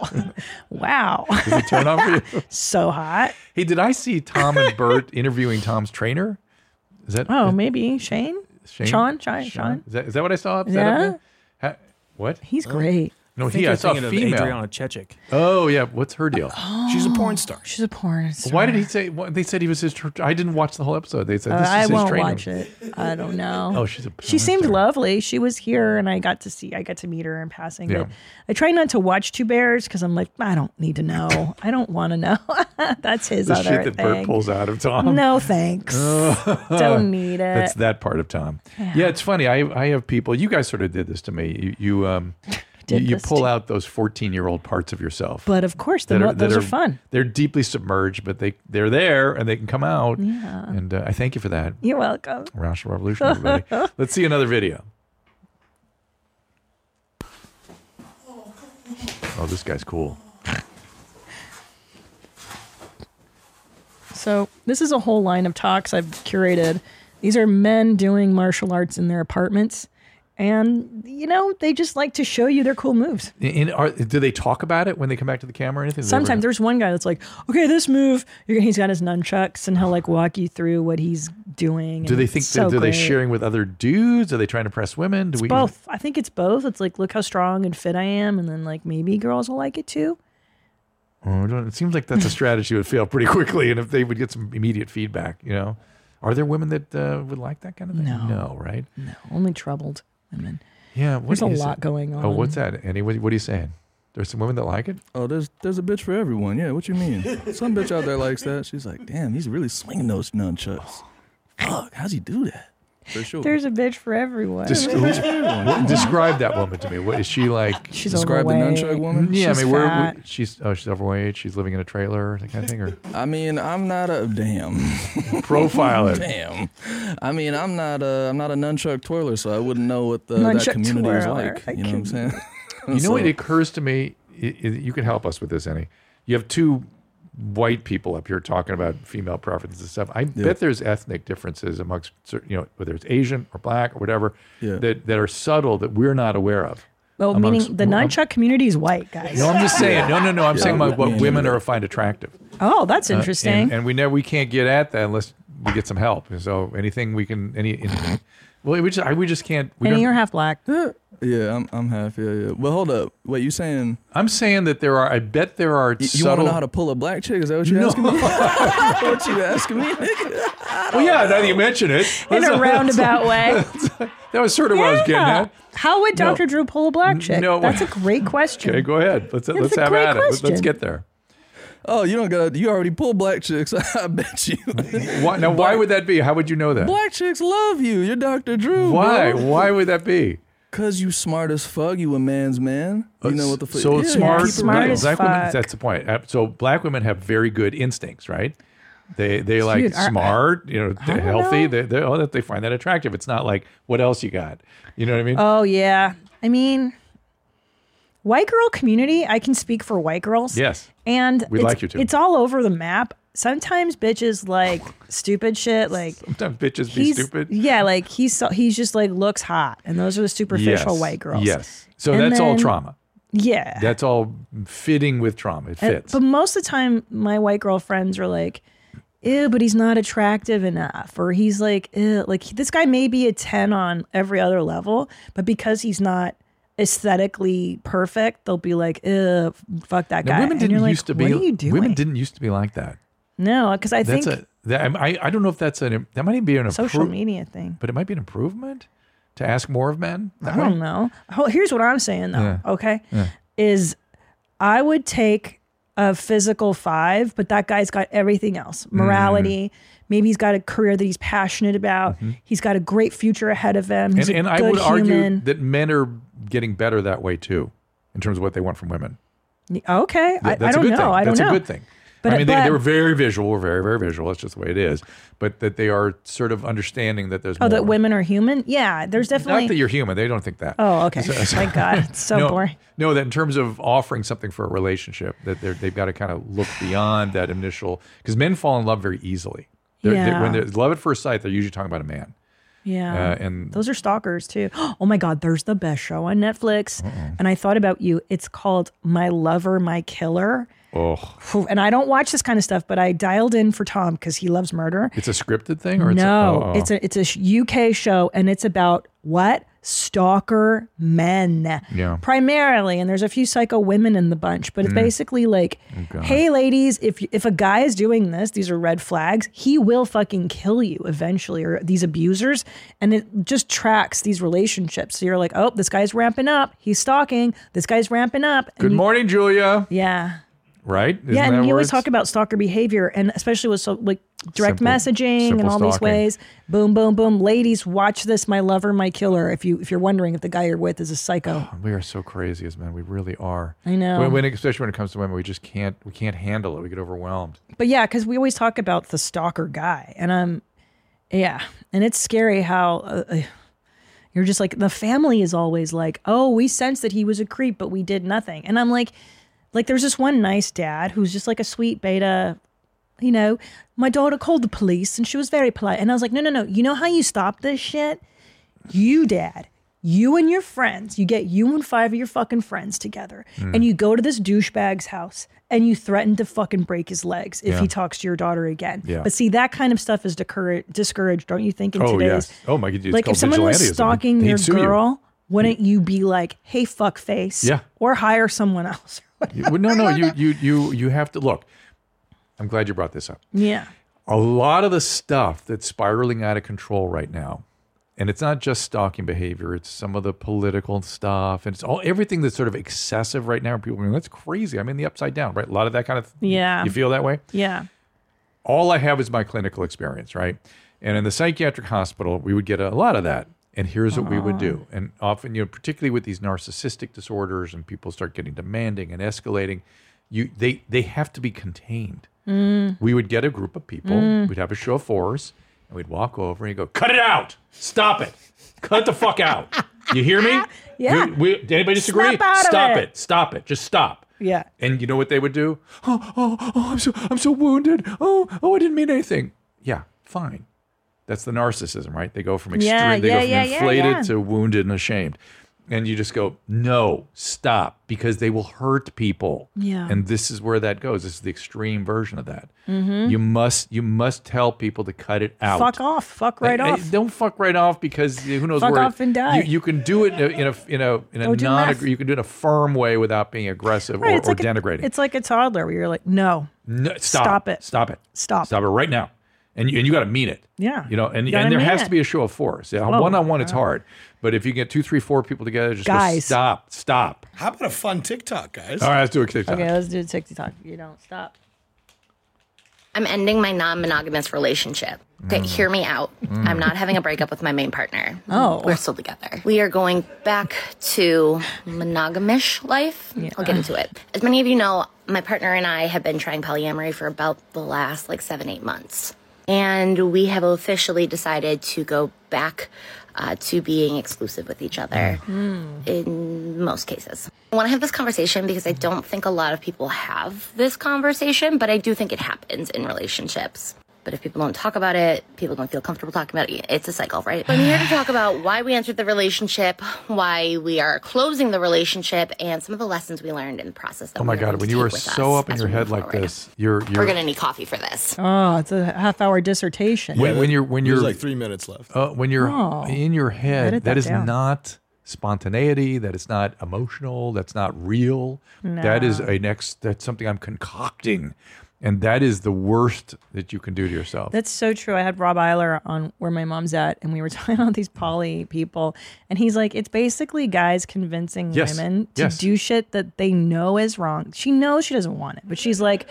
[SPEAKER 2] wow,
[SPEAKER 1] Does it turn on for you?
[SPEAKER 2] so hot.
[SPEAKER 1] Hey, did I see Tom and Bert interviewing Tom's trainer? Is that
[SPEAKER 2] Oh, maybe Shane,
[SPEAKER 1] Shane?
[SPEAKER 2] Sean, Sean, Sean.
[SPEAKER 1] Is that, is that what I saw? Is that up
[SPEAKER 2] Yeah.
[SPEAKER 1] there? Ha- what?
[SPEAKER 2] He's great.
[SPEAKER 1] No,
[SPEAKER 10] Oh. I think
[SPEAKER 1] he. I
[SPEAKER 10] you're
[SPEAKER 1] saw
[SPEAKER 10] thinking of
[SPEAKER 1] female.
[SPEAKER 10] Adriana Chechik.
[SPEAKER 1] Oh yeah, what's her deal?
[SPEAKER 2] Oh.
[SPEAKER 10] She's a porn star.
[SPEAKER 2] She's a porn star.
[SPEAKER 1] Why did he say? why- They said he was his. tr- I didn't watch the whole episode. They said
[SPEAKER 2] Uh,
[SPEAKER 1] this is
[SPEAKER 2] I
[SPEAKER 1] his
[SPEAKER 2] won't
[SPEAKER 1] training.
[SPEAKER 2] watch it. I don't know.
[SPEAKER 1] Oh, she's a
[SPEAKER 2] She seemed lovely. She was here, and I got to see. I got to meet her in passing.
[SPEAKER 1] Yeah.
[SPEAKER 2] But I try not to watch Two Bears because I'm like, I don't need to know. I don't want to know. That's his
[SPEAKER 1] the
[SPEAKER 2] other
[SPEAKER 1] shit that
[SPEAKER 2] thing.
[SPEAKER 1] Bert pulls out of Tom.
[SPEAKER 2] No thanks. Don't need it.
[SPEAKER 1] That's that part of Tom. Yeah, it's funny. I I have people. You guys sort of did this to me. You you um you,
[SPEAKER 2] Did
[SPEAKER 1] you
[SPEAKER 2] this
[SPEAKER 1] pull out those fourteen year old parts of yourself.
[SPEAKER 2] But of course, the, mo- those are, fun.
[SPEAKER 1] They're deeply submerged, but they they're there and they can come out. Yeah. And uh, I thank you for that.
[SPEAKER 2] You're welcome.
[SPEAKER 1] Rational Revolution, everybody. Let's see another video. Oh, this guy's cool.
[SPEAKER 2] So this is a whole line of talks I've curated. These are men doing martial arts in their apartments, and you know they just like to show you their cool moves.
[SPEAKER 1] In, are, do they talk about it when they come back to the camera or anything? Is
[SPEAKER 2] Sometimes
[SPEAKER 1] everyone-
[SPEAKER 2] there's one guy that's like, okay, this move, you're, he's got his nunchucks, and he'll like walk you through what he's doing.
[SPEAKER 1] Do
[SPEAKER 2] and
[SPEAKER 1] they
[SPEAKER 2] it's
[SPEAKER 1] think?
[SPEAKER 2] so
[SPEAKER 1] that, are they
[SPEAKER 2] great.
[SPEAKER 1] sharing with other dudes? Are they trying to press women? Do
[SPEAKER 2] It's both. I think it's both. It's like, look how strong and fit I am, and then like maybe girls will like it too.
[SPEAKER 1] Oh, I don't- it seems like that's a strategy that would fail pretty quickly, and if they would get some immediate feedback, you know, are there women that uh, would like that kind of thing? No, right?
[SPEAKER 2] No, only troubled women.
[SPEAKER 1] Yeah, what
[SPEAKER 2] There's a
[SPEAKER 1] is
[SPEAKER 2] lot
[SPEAKER 1] it?
[SPEAKER 2] going
[SPEAKER 1] Oh, what's
[SPEAKER 2] on.
[SPEAKER 1] that, Andy? What, what are you saying? There's some women that like it.
[SPEAKER 10] Oh, there's there's a bitch for everyone. Yeah, what you mean? Some bitch out there likes that. She's like, damn, he's really swinging those nunchucks. Fuck, how's he do that? For sure.
[SPEAKER 2] There's a bitch for everyone.
[SPEAKER 1] Des- what- describe that woman to me. What is she like?
[SPEAKER 2] She's Describe the overweight. nunchuck woman?
[SPEAKER 1] Yeah, I
[SPEAKER 2] She's
[SPEAKER 1] mean, where
[SPEAKER 2] fat.
[SPEAKER 1] where- she's oh, she's overweight. She's living in a trailer, that kind of thing, or
[SPEAKER 10] I mean, I'm not a damn.
[SPEAKER 1] Profile it.
[SPEAKER 10] damn. I mean, I'm not a I'm not a nunchuck twirler, so I wouldn't know what the,
[SPEAKER 2] Nunchuck
[SPEAKER 10] that community is
[SPEAKER 2] twirler.
[SPEAKER 10] like.
[SPEAKER 2] I
[SPEAKER 10] You know what I'm saying?
[SPEAKER 1] You know
[SPEAKER 10] So-
[SPEAKER 1] what occurs to me? I- I- You can help us with this, Annie. You have two white people up here talking about female preferences and stuff. I bet there's ethnic differences amongst, cer- you know, whether it's Asian or black or whatever,
[SPEAKER 10] Yeah.
[SPEAKER 1] that, that are subtle that we're not aware of.
[SPEAKER 2] Well, meaning
[SPEAKER 1] amongst-
[SPEAKER 2] the nunchuck community is white, guys.
[SPEAKER 1] No, I'm just saying. No, no, no. I'm
[SPEAKER 10] Yeah.
[SPEAKER 1] saying about
[SPEAKER 10] Yeah.
[SPEAKER 1] what women are find attractive.
[SPEAKER 2] Oh, that's
[SPEAKER 1] Uh,
[SPEAKER 2] interesting.
[SPEAKER 1] and, and we know we can't get at that unless we get some help. And so anything we can, any, any well, we just, I, we just can't. We
[SPEAKER 2] and
[SPEAKER 1] don't-
[SPEAKER 2] you're half black.
[SPEAKER 10] Yeah, I'm I'm half. Yeah, yeah. Well, hold up. Wait, you saying
[SPEAKER 1] I'm saying that there are. I bet there are
[SPEAKER 10] you, want
[SPEAKER 1] subtle.
[SPEAKER 10] to know how to pull a black chick? Is that what you're
[SPEAKER 1] No.
[SPEAKER 10] asking me? what you asking me?
[SPEAKER 1] well, yeah. Now that you mention it,
[SPEAKER 2] In a
[SPEAKER 1] That's-
[SPEAKER 2] roundabout way.
[SPEAKER 1] That was sort of what I was getting
[SPEAKER 2] Yeah.
[SPEAKER 1] at.
[SPEAKER 2] How would
[SPEAKER 1] No.
[SPEAKER 2] Dr. Drew pull a black chick?
[SPEAKER 1] No.
[SPEAKER 2] That's a great question.
[SPEAKER 1] Okay, go ahead. Let's
[SPEAKER 2] That's
[SPEAKER 1] let's
[SPEAKER 2] a
[SPEAKER 1] have
[SPEAKER 2] great
[SPEAKER 1] at it. Let's, let's
[SPEAKER 2] question.
[SPEAKER 1] get there.
[SPEAKER 10] Oh, you don't got. to You already pull black chicks. I bet you.
[SPEAKER 1] Why, now, why would that be? How would you know that?
[SPEAKER 10] Black chicks love you. You're Dr. Drew.
[SPEAKER 1] Why?
[SPEAKER 10] bro.
[SPEAKER 1] Why would that be?
[SPEAKER 10] Cause you smart as fuck. You a man's man. You know what the fuck.
[SPEAKER 1] So
[SPEAKER 10] yeah,
[SPEAKER 1] smart,
[SPEAKER 10] keep it
[SPEAKER 2] Smart
[SPEAKER 10] real.
[SPEAKER 1] black,
[SPEAKER 2] as
[SPEAKER 1] black women.
[SPEAKER 2] fuck.
[SPEAKER 1] That's the point. Uh, So black women have very good instincts, right? They they like
[SPEAKER 2] Dude, uh, I-
[SPEAKER 1] smart, you know, they're
[SPEAKER 2] don't
[SPEAKER 1] healthy.
[SPEAKER 2] know.
[SPEAKER 1] They they oh, that they find that attractive. It's not like what else you got. You know what I mean?
[SPEAKER 2] Oh, yeah. I mean, white girl community, I can speak for white girls.
[SPEAKER 1] yes.
[SPEAKER 2] And
[SPEAKER 1] We'd
[SPEAKER 2] it's,
[SPEAKER 1] like you to.
[SPEAKER 2] it's all over the map. Sometimes bitches like stupid shit. Like,
[SPEAKER 1] Sometimes bitches be
[SPEAKER 2] he's,
[SPEAKER 1] stupid.
[SPEAKER 2] yeah, like he's, so, he's just like looks hot. And those are the superficial
[SPEAKER 1] Yes.
[SPEAKER 2] white girls.
[SPEAKER 1] Yes. So
[SPEAKER 2] And
[SPEAKER 1] that's all
[SPEAKER 2] then- uh,
[SPEAKER 1] trauma.
[SPEAKER 2] Yeah.
[SPEAKER 1] That's all fitting with trauma. It
[SPEAKER 2] Uh,
[SPEAKER 1] fits.
[SPEAKER 2] But most of the time, my white girl friends are like, ew, but he's not attractive enough. Or he's like, ew, like this guy may be a 10 on every other level, but because he's not aesthetically perfect, they'll be like, ew, f- fuck that
[SPEAKER 1] Now,
[SPEAKER 2] guy.
[SPEAKER 1] women
[SPEAKER 2] And
[SPEAKER 1] didn't
[SPEAKER 2] you're like,
[SPEAKER 1] used to be.
[SPEAKER 2] What are you doing?
[SPEAKER 1] Women didn't used to be like that.
[SPEAKER 2] No, because I
[SPEAKER 1] that's
[SPEAKER 2] think
[SPEAKER 1] a that, I'm- I, I don't know if that's an that might even be an
[SPEAKER 2] social
[SPEAKER 1] improvement,
[SPEAKER 2] media thing.
[SPEAKER 1] but it might be an improvement to ask more of men.
[SPEAKER 2] I don't know. Ho- Here's what I'm saying though.
[SPEAKER 1] Yeah.
[SPEAKER 2] Okay, is I would take a physical five, but that guy's got everything
[SPEAKER 1] Mm.
[SPEAKER 2] else: morality. Maybe he's got a career that he's passionate about. He's got a great future ahead of him. He's
[SPEAKER 1] Mm-hmm. And,
[SPEAKER 2] a
[SPEAKER 1] and I
[SPEAKER 2] good
[SPEAKER 1] would argue
[SPEAKER 2] human.
[SPEAKER 1] that men are getting better that way too, in terms of what they want from women.
[SPEAKER 2] okay, I,
[SPEAKER 1] Th- That's
[SPEAKER 2] I don't
[SPEAKER 1] a good
[SPEAKER 2] know.
[SPEAKER 1] thing.
[SPEAKER 2] I don't
[SPEAKER 1] that's
[SPEAKER 2] know.
[SPEAKER 1] a good thing.
[SPEAKER 2] But-
[SPEAKER 1] I mean, they, they
[SPEAKER 2] but-
[SPEAKER 1] were very visual, were very, very visual. That's just the way it is. But that they are sort of understanding that there's
[SPEAKER 2] Oh,
[SPEAKER 1] more.
[SPEAKER 2] that women are human. Yeah, there's
[SPEAKER 1] Not that
[SPEAKER 2] definitely.
[SPEAKER 1] you're human. They don't think that.
[SPEAKER 2] Oh, okay. My God, it's so
[SPEAKER 1] no,
[SPEAKER 2] boring.
[SPEAKER 1] No, that in terms of offering something for a relationship, that they're, they've got to kind of look beyond that initial because men fall in love very easily. They're, they, when
[SPEAKER 2] Yeah.
[SPEAKER 1] there's love at first sight, they're usually talking about a man.
[SPEAKER 2] Yeah.
[SPEAKER 1] Uh, and
[SPEAKER 2] Those are stalkers too. Oh my God, there's the best show on Netflix. And I thought about you. It's called My Lover, My Killer.
[SPEAKER 1] oh,
[SPEAKER 2] Phew, And I don't watch this kind of stuff, but I dialed in for Tom because he loves murder.
[SPEAKER 1] it's a scripted thing, or it's
[SPEAKER 2] no,
[SPEAKER 1] A, oh,
[SPEAKER 2] it's a it's a sh- UK show, and it's about what stalker men.
[SPEAKER 1] Yeah.
[SPEAKER 2] Primarily, and there's a few psycho women in the bunch, but it's
[SPEAKER 1] Mm.
[SPEAKER 2] basically like,
[SPEAKER 1] God.
[SPEAKER 2] hey ladies, if if a guy is doing this, these are red flags. He will fucking kill you eventually or these abusers and it just tracks these relationships. So you're like, "Oh, this guy's ramping up. He's stalking. This guy's ramping up." and
[SPEAKER 1] Good
[SPEAKER 2] you-
[SPEAKER 1] morning, Julia.
[SPEAKER 2] Yeah.
[SPEAKER 1] Right? Isn't
[SPEAKER 2] yeah,
[SPEAKER 1] that
[SPEAKER 2] and you
[SPEAKER 1] where
[SPEAKER 2] always
[SPEAKER 1] it's-
[SPEAKER 2] talk about stalker behavior, and especially with so like direct
[SPEAKER 1] Simple-
[SPEAKER 2] messaging and
[SPEAKER 1] simple
[SPEAKER 2] all these
[SPEAKER 1] stalking.
[SPEAKER 2] ways. Boom, boom, boom. Ladies, watch this. My lover, my killer. If you if you're wondering if the guy you're with is a psycho,
[SPEAKER 1] We are so crazy as men. We really are.
[SPEAKER 2] I know.
[SPEAKER 1] When, when, especially when it comes to women, we just can't. We can't handle it. We get overwhelmed.
[SPEAKER 2] but yeah, because we always talk about the stalker guy, and um, yeah, and it's scary how. Uh, uh, you're just like the family is always like, oh, we sensed that he was a creep, but we did nothing. And I'm like, like there's this one nice dad who's just like a sweet beta you know, my daughter called the police and she was very polite. And I was like, no, no, no. You know how you stop this shit? You, dad, you and your friends, you get you and five of your fucking friends together
[SPEAKER 11] Mm.
[SPEAKER 2] and you go to this douchebag's house and you threaten to fucking break his legs if
[SPEAKER 1] Yeah.
[SPEAKER 2] he talks to your daughter again.
[SPEAKER 1] Yeah.
[SPEAKER 2] But see, that kind of stuff is decouraged, discouraged, don't you think, in
[SPEAKER 1] oh
[SPEAKER 2] today's
[SPEAKER 1] yes. Oh my god. It's
[SPEAKER 2] like
[SPEAKER 1] called
[SPEAKER 2] if someone was
[SPEAKER 1] vigilantism.
[SPEAKER 2] stalking
[SPEAKER 1] They'd
[SPEAKER 2] your
[SPEAKER 1] sue you.
[SPEAKER 2] girl, wouldn't you be like, "Hey, fuck face,"
[SPEAKER 1] Yeah.
[SPEAKER 2] or hire someone else?
[SPEAKER 1] You- well, no, no. You, you, you, you have to look. I'm glad you brought this up.
[SPEAKER 2] yeah,
[SPEAKER 1] a lot of the stuff that's spiraling out of control right now and it's not just stalking behavior it's some of the political stuff and it's all everything that's sort of excessive right now people are going that's crazy i'm in the upside down right a lot of that kind of
[SPEAKER 2] Yeah.
[SPEAKER 1] you feel that way
[SPEAKER 2] yeah,
[SPEAKER 1] all i have is my clinical experience right and in the psychiatric hospital we would get a lot of that and here's what we would do and often you know particularly with these narcissistic disorders and people start getting demanding and escalating you they they have to be contained
[SPEAKER 11] Mm.
[SPEAKER 1] we would get a group of people.
[SPEAKER 11] Mm.
[SPEAKER 1] We'd have a show of fours, and we'd walk over and go, "Cut it out! Stop it! Cut the fuck out! You hear me?
[SPEAKER 11] Yeah.
[SPEAKER 1] We, we, did anybody disagree?
[SPEAKER 11] Snap out of
[SPEAKER 1] stop
[SPEAKER 11] it."
[SPEAKER 1] it! Stop it! Just stop."
[SPEAKER 2] yeah.
[SPEAKER 1] And you know what they would do? Oh, oh, oh! I'm so I'm so wounded. Oh, oh! I didn't mean anything. Yeah, fine. That's the narcissism, right? They go from extreme,
[SPEAKER 11] Yeah,
[SPEAKER 1] they
[SPEAKER 11] yeah,
[SPEAKER 1] go from
[SPEAKER 11] yeah, yeah,
[SPEAKER 1] inflated
[SPEAKER 11] yeah.
[SPEAKER 1] to wounded and ashamed. And you just go, no, stop, because they will hurt people.
[SPEAKER 11] Yeah.
[SPEAKER 1] And this is where that goes. This is the extreme version of that.
[SPEAKER 11] Mhm.
[SPEAKER 1] You must you must tell people to cut it out.
[SPEAKER 2] Mm-hmm. Fuck off. Fuck right
[SPEAKER 1] I- I-
[SPEAKER 2] off.
[SPEAKER 1] don't fuck right off because who knows
[SPEAKER 2] Fuck
[SPEAKER 1] where
[SPEAKER 2] off and die.
[SPEAKER 1] You, you can do it in a in a in a, in a
[SPEAKER 2] Don't do
[SPEAKER 1] non
[SPEAKER 2] math.
[SPEAKER 1] you can do it in a firm way without being aggressive
[SPEAKER 2] Right,
[SPEAKER 1] or,
[SPEAKER 2] it's
[SPEAKER 1] or
[SPEAKER 2] like a-
[SPEAKER 1] denigrating.
[SPEAKER 2] It's like a toddler where you're like, no,
[SPEAKER 1] No, stop,
[SPEAKER 2] Stop it.
[SPEAKER 1] Stop it.
[SPEAKER 2] Stop.
[SPEAKER 1] Stop it right now. And you, and you got to mean it.
[SPEAKER 2] Yeah.
[SPEAKER 1] You know, and,
[SPEAKER 2] You gotta
[SPEAKER 1] and there
[SPEAKER 2] mean
[SPEAKER 1] has
[SPEAKER 2] it.
[SPEAKER 1] to be a show of force. Yeah,
[SPEAKER 2] Whoa.
[SPEAKER 1] one on one, it's hard. But if you get two, three, four people together, just go,
[SPEAKER 2] Guys.
[SPEAKER 1] stop, stop.
[SPEAKER 12] How about a fun TikTok, guys?
[SPEAKER 1] All right, let's do a TikTok.
[SPEAKER 2] okay, let's do a TikTok. You don't stop.
[SPEAKER 13] I'm ending my non monogamous relationship. Okay, hear me out.
[SPEAKER 11] Mm.
[SPEAKER 13] I'm not having a breakup with my main partner.
[SPEAKER 11] Oh.
[SPEAKER 13] We're still together. We are going back to monogamish life. I'll get into it. As many of you know, my partner and I have been trying polyamory for about the last like seven, eight months. And we have officially decided to go back uh, to being exclusive with each other Hmm. in most cases. I want to have this conversation because I don't think a lot of people have this conversation, but I do think it happens in relationships. But if people don't talk about it, people don't feel comfortable talking about it. It's a cycle, right? I'm here to talk about why we entered the relationship, why we are closing the relationship, and some of the lessons we learned in the process. That
[SPEAKER 1] Oh my
[SPEAKER 13] we are
[SPEAKER 1] God!
[SPEAKER 13] going
[SPEAKER 1] When
[SPEAKER 13] to
[SPEAKER 1] you
[SPEAKER 13] take
[SPEAKER 1] are
[SPEAKER 13] with
[SPEAKER 1] so
[SPEAKER 13] us
[SPEAKER 1] up in
[SPEAKER 13] as
[SPEAKER 1] your
[SPEAKER 13] we
[SPEAKER 1] head
[SPEAKER 13] move
[SPEAKER 1] like
[SPEAKER 13] forward.
[SPEAKER 1] this, you're you're
[SPEAKER 13] We're gonna need coffee for this.
[SPEAKER 2] Oh, it's a half hour dissertation.
[SPEAKER 1] when, when you're when
[SPEAKER 12] There's
[SPEAKER 1] you're
[SPEAKER 12] like three minutes left.
[SPEAKER 1] Uh, when you're
[SPEAKER 2] Oh.
[SPEAKER 1] in your head,
[SPEAKER 2] Edit
[SPEAKER 1] that
[SPEAKER 2] that
[SPEAKER 1] is
[SPEAKER 2] down.
[SPEAKER 1] not spontaneity. That is not emotional. That's not real. That is
[SPEAKER 2] No.
[SPEAKER 1] a next. That's something I'm concocting, and that is the worst that you can do to yourself.
[SPEAKER 2] That's so true. I had Rob Eiler on where my mom's at, and we were talking about these poly people, and he's like, it's basically guys convincing
[SPEAKER 11] Yes.
[SPEAKER 2] women to
[SPEAKER 11] Yes.
[SPEAKER 2] do shit that they know is wrong. She knows she doesn't want it, but she's like,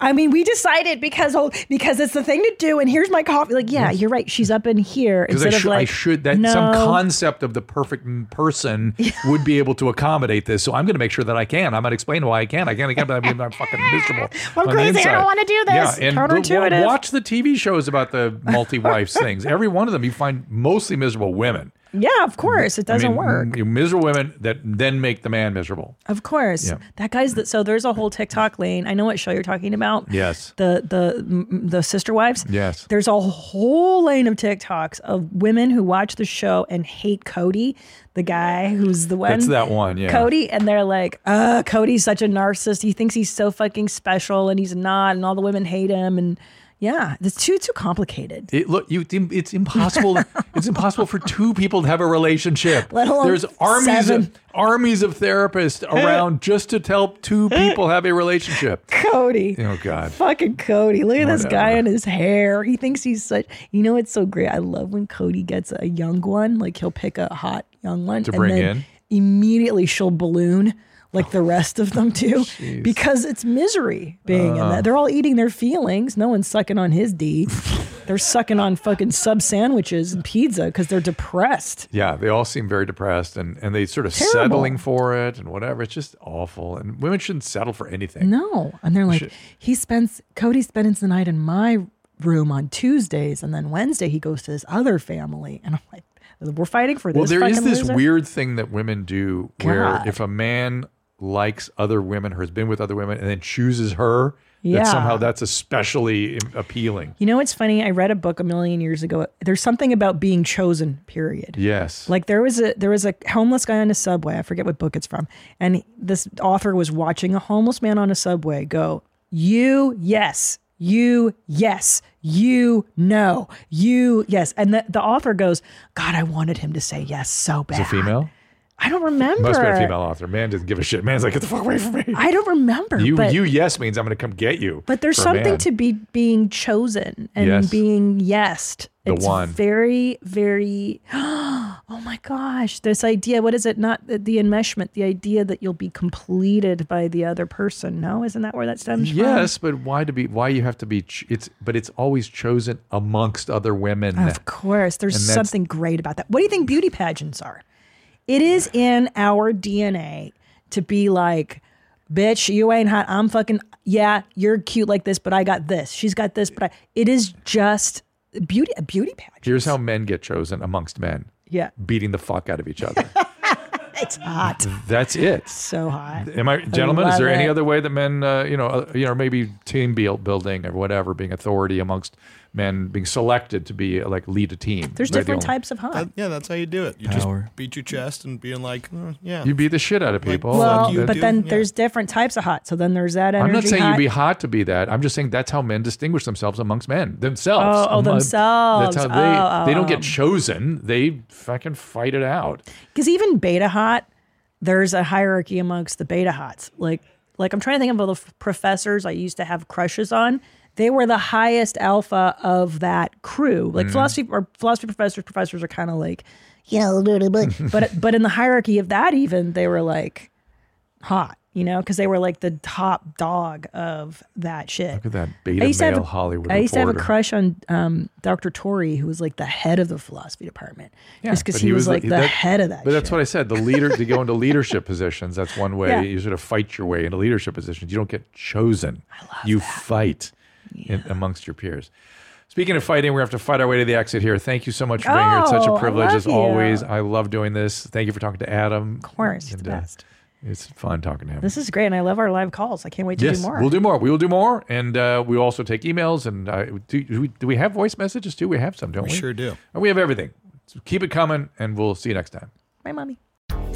[SPEAKER 2] I mean, we decided because oh, because it's the thing to do, and here's my coffee. Like, yeah, you're right. She's up in here
[SPEAKER 1] because I,
[SPEAKER 2] instead of
[SPEAKER 1] should- I
[SPEAKER 2] like
[SPEAKER 1] should that some
[SPEAKER 2] no.
[SPEAKER 1] concept of the perfect m- person would be able to accommodate this. So I'm going to make sure that I can. I'm going to explain why I can. I can't. I can't. But I mean, I'm fucking miserable.
[SPEAKER 2] I'm
[SPEAKER 1] on the
[SPEAKER 2] crazy. I don't
[SPEAKER 1] inside.
[SPEAKER 2] wanna do this.
[SPEAKER 1] Yeah, and the-
[SPEAKER 2] Counterintuitive.
[SPEAKER 1] wa- watch the TV shows about the multi wives things. Every one of them, you find mostly miserable women.
[SPEAKER 2] Yeah, of course, it
[SPEAKER 1] I
[SPEAKER 2] doesn't
[SPEAKER 1] mean,
[SPEAKER 2] work.
[SPEAKER 1] m- miserable women that then make the man miserable.
[SPEAKER 2] Of course,
[SPEAKER 1] Yeah.
[SPEAKER 2] that guy's that. So there's a whole TikTok lane. I know what show you're talking about.
[SPEAKER 1] Yes.
[SPEAKER 2] the the m- the sister wives.
[SPEAKER 1] Yes.
[SPEAKER 2] There's a whole lane of TikToks of women who watch the show and hate Cody, the guy who's the one.
[SPEAKER 1] That's that one, yeah.
[SPEAKER 2] Cody, and they're like, "Uh, Cody's such a narcissist. He thinks he's so fucking special, and he's not. And all the women hate him, and Yeah, it's too too complicated.
[SPEAKER 1] It, look, you, it's impossible. it's impossible for two people to have a relationship.
[SPEAKER 2] Let alone
[SPEAKER 1] There's armies
[SPEAKER 2] seven.
[SPEAKER 1] of armies of therapists around just to help two people have a relationship.
[SPEAKER 2] Cody.
[SPEAKER 1] Oh God.
[SPEAKER 2] Fucking Cody. Look at this guy
[SPEAKER 1] Whatever.
[SPEAKER 2] and his hair. He thinks he's such you know it's so great. I love when Cody gets a young one. Like he'll pick a hot young one
[SPEAKER 11] To bring
[SPEAKER 2] and then
[SPEAKER 11] in?
[SPEAKER 2] immediately she'll balloon like the rest of them do. Because it's misery being in
[SPEAKER 11] Uh.
[SPEAKER 2] that. They're all eating their feelings. No one's sucking on his D. they're sucking on fucking sub sandwiches and pizza because they're depressed.
[SPEAKER 1] Yeah, they all seem very depressed and, and they sort of
[SPEAKER 2] Terrible.
[SPEAKER 1] settling for it and whatever. It's just awful. And women shouldn't settle for anything.
[SPEAKER 2] No. And they're
[SPEAKER 1] We
[SPEAKER 2] like,
[SPEAKER 1] should-
[SPEAKER 2] he spends, Cody spends the night in my room on Tuesdays. And then Wednesday, he goes to his other family. And I'm like, we're fighting for this.
[SPEAKER 1] Well, there is
[SPEAKER 2] fucking
[SPEAKER 1] this
[SPEAKER 2] loser.
[SPEAKER 1] weird thing that women do where
[SPEAKER 2] God.
[SPEAKER 1] if a man likes other women or has been with other women and then chooses her,
[SPEAKER 2] Yeah.
[SPEAKER 1] that somehow that's especially im- appealing.
[SPEAKER 2] You know, it's funny. I read a book a million years ago. There's something about being chosen, period.
[SPEAKER 1] Yes.
[SPEAKER 2] Like there was a there was a homeless guy on a subway. I forget what book it's from. And this author was watching a homeless man on a subway go, "You yes, you yes, you no, you yes." And the, the author goes, "God, I wanted him to say yes so
[SPEAKER 1] Is it
[SPEAKER 2] bad."
[SPEAKER 1] female?
[SPEAKER 2] I don't remember.
[SPEAKER 1] Must be a female author. Man doesn't give a shit. Man's like, get the fuck away from me.
[SPEAKER 2] I don't remember.
[SPEAKER 1] You
[SPEAKER 2] but,
[SPEAKER 1] you yes means I'm gonna come get you.
[SPEAKER 2] But there's
[SPEAKER 1] for a
[SPEAKER 2] something
[SPEAKER 1] man.
[SPEAKER 2] to be being chosen and
[SPEAKER 1] Yes.
[SPEAKER 2] being yesed.
[SPEAKER 1] The
[SPEAKER 2] it's
[SPEAKER 1] one.
[SPEAKER 2] very, very. Oh my gosh! This idea. What is it? Not the, the enmeshment. The idea that you'll be completed by the other person. No, isn't that where that stems from?
[SPEAKER 1] Yes, but why to be why you have to be ch- it's but it's always chosen amongst other women.
[SPEAKER 2] Of course, there's
[SPEAKER 1] And that's-
[SPEAKER 2] something great about that. What do you think beauty pageants are? It is in our DNA to be like, bitch, you ain't hot. I'm fucking, yeah, you're cute like this, but I got this. She's got this, but I, it is just beauty, a beauty pageant.
[SPEAKER 1] Here's how men get chosen amongst men.
[SPEAKER 2] Yeah.
[SPEAKER 1] Beating the fuck out of each other.
[SPEAKER 2] It's hot.
[SPEAKER 1] That's it.
[SPEAKER 2] So hot.
[SPEAKER 1] Am I, gentlemen? Is
[SPEAKER 2] love
[SPEAKER 1] there any
[SPEAKER 2] it.
[SPEAKER 1] other way that men, uh, you know, uh, you know, maybe team build, building or whatever, being authority amongst men, being selected to be uh, like lead a team?
[SPEAKER 2] There's
[SPEAKER 1] They're the
[SPEAKER 2] different
[SPEAKER 1] only-
[SPEAKER 2] types of hot.
[SPEAKER 12] That- yeah, that's how you do it. You
[SPEAKER 1] Power.
[SPEAKER 12] just beat your chest and being like, "Mm, yeah.
[SPEAKER 1] You beat the shit out of people.
[SPEAKER 2] well,
[SPEAKER 1] and
[SPEAKER 2] but
[SPEAKER 1] that-
[SPEAKER 2] then there's different types of hot. So then there's that energy.
[SPEAKER 1] I'm not saying
[SPEAKER 2] hot.
[SPEAKER 1] you be hot to be that. I'm just saying that's how men distinguish themselves amongst men themselves.
[SPEAKER 2] Oh, oh,
[SPEAKER 1] Among-
[SPEAKER 2] themselves.
[SPEAKER 1] That's how
[SPEAKER 2] Oh,
[SPEAKER 1] they
[SPEAKER 2] oh,
[SPEAKER 1] they don't
[SPEAKER 2] oh.
[SPEAKER 1] get chosen. They fucking fight it out.
[SPEAKER 2] Because even beta hot, there's a hierarchy amongst the beta hots. Like, like I'm trying to think of all the f- professors I used to have crushes on. They were the highest alpha of that crew. Like
[SPEAKER 1] Mm-hmm.
[SPEAKER 11] Mhm.
[SPEAKER 2] philosophy or philosophy professors, professors are kind of like, you know, blah, blah, blah. but but in the hierarchy of that, even they were like hot, you know, because they were like the top dog of that shit.
[SPEAKER 1] Look at that beta
[SPEAKER 2] I used to have
[SPEAKER 1] male
[SPEAKER 2] a-
[SPEAKER 1] Hollywood.
[SPEAKER 2] I used to have a
[SPEAKER 1] reporter.
[SPEAKER 2] crush on um, Dr. Torrey, who was like the head of the philosophy department, just because
[SPEAKER 1] but
[SPEAKER 2] he, was, like the
[SPEAKER 1] that-
[SPEAKER 2] head of that.
[SPEAKER 1] But that's what I said. The leader to go into leadership positions. That's one way
[SPEAKER 2] Yeah.
[SPEAKER 1] you sort of fight your way into leadership positions. You don't get chosen. you fight in, amongst your peers. Speaking of fighting, we're gonna have to fight our way to the exit here. Thank you so much for being here. It's such
[SPEAKER 2] Oh,
[SPEAKER 1] a
[SPEAKER 2] I
[SPEAKER 1] privilege
[SPEAKER 2] love
[SPEAKER 1] as always.
[SPEAKER 2] you.
[SPEAKER 1] I love doing this. Thank you for talking to Adam. Of
[SPEAKER 2] course, he's the best.
[SPEAKER 1] it's fun talking to him.
[SPEAKER 2] This is great, and I love our live calls. I can't wait to
[SPEAKER 1] yes,
[SPEAKER 2] do more.
[SPEAKER 1] we'll do more. We will do more, and uh, we also take emails. And uh, do, do, we, do we have voice messages too? We have some, don't we?
[SPEAKER 12] We sure do.
[SPEAKER 1] And we have everything. So keep it coming, and we'll see you next time.
[SPEAKER 2] Bye, mommy.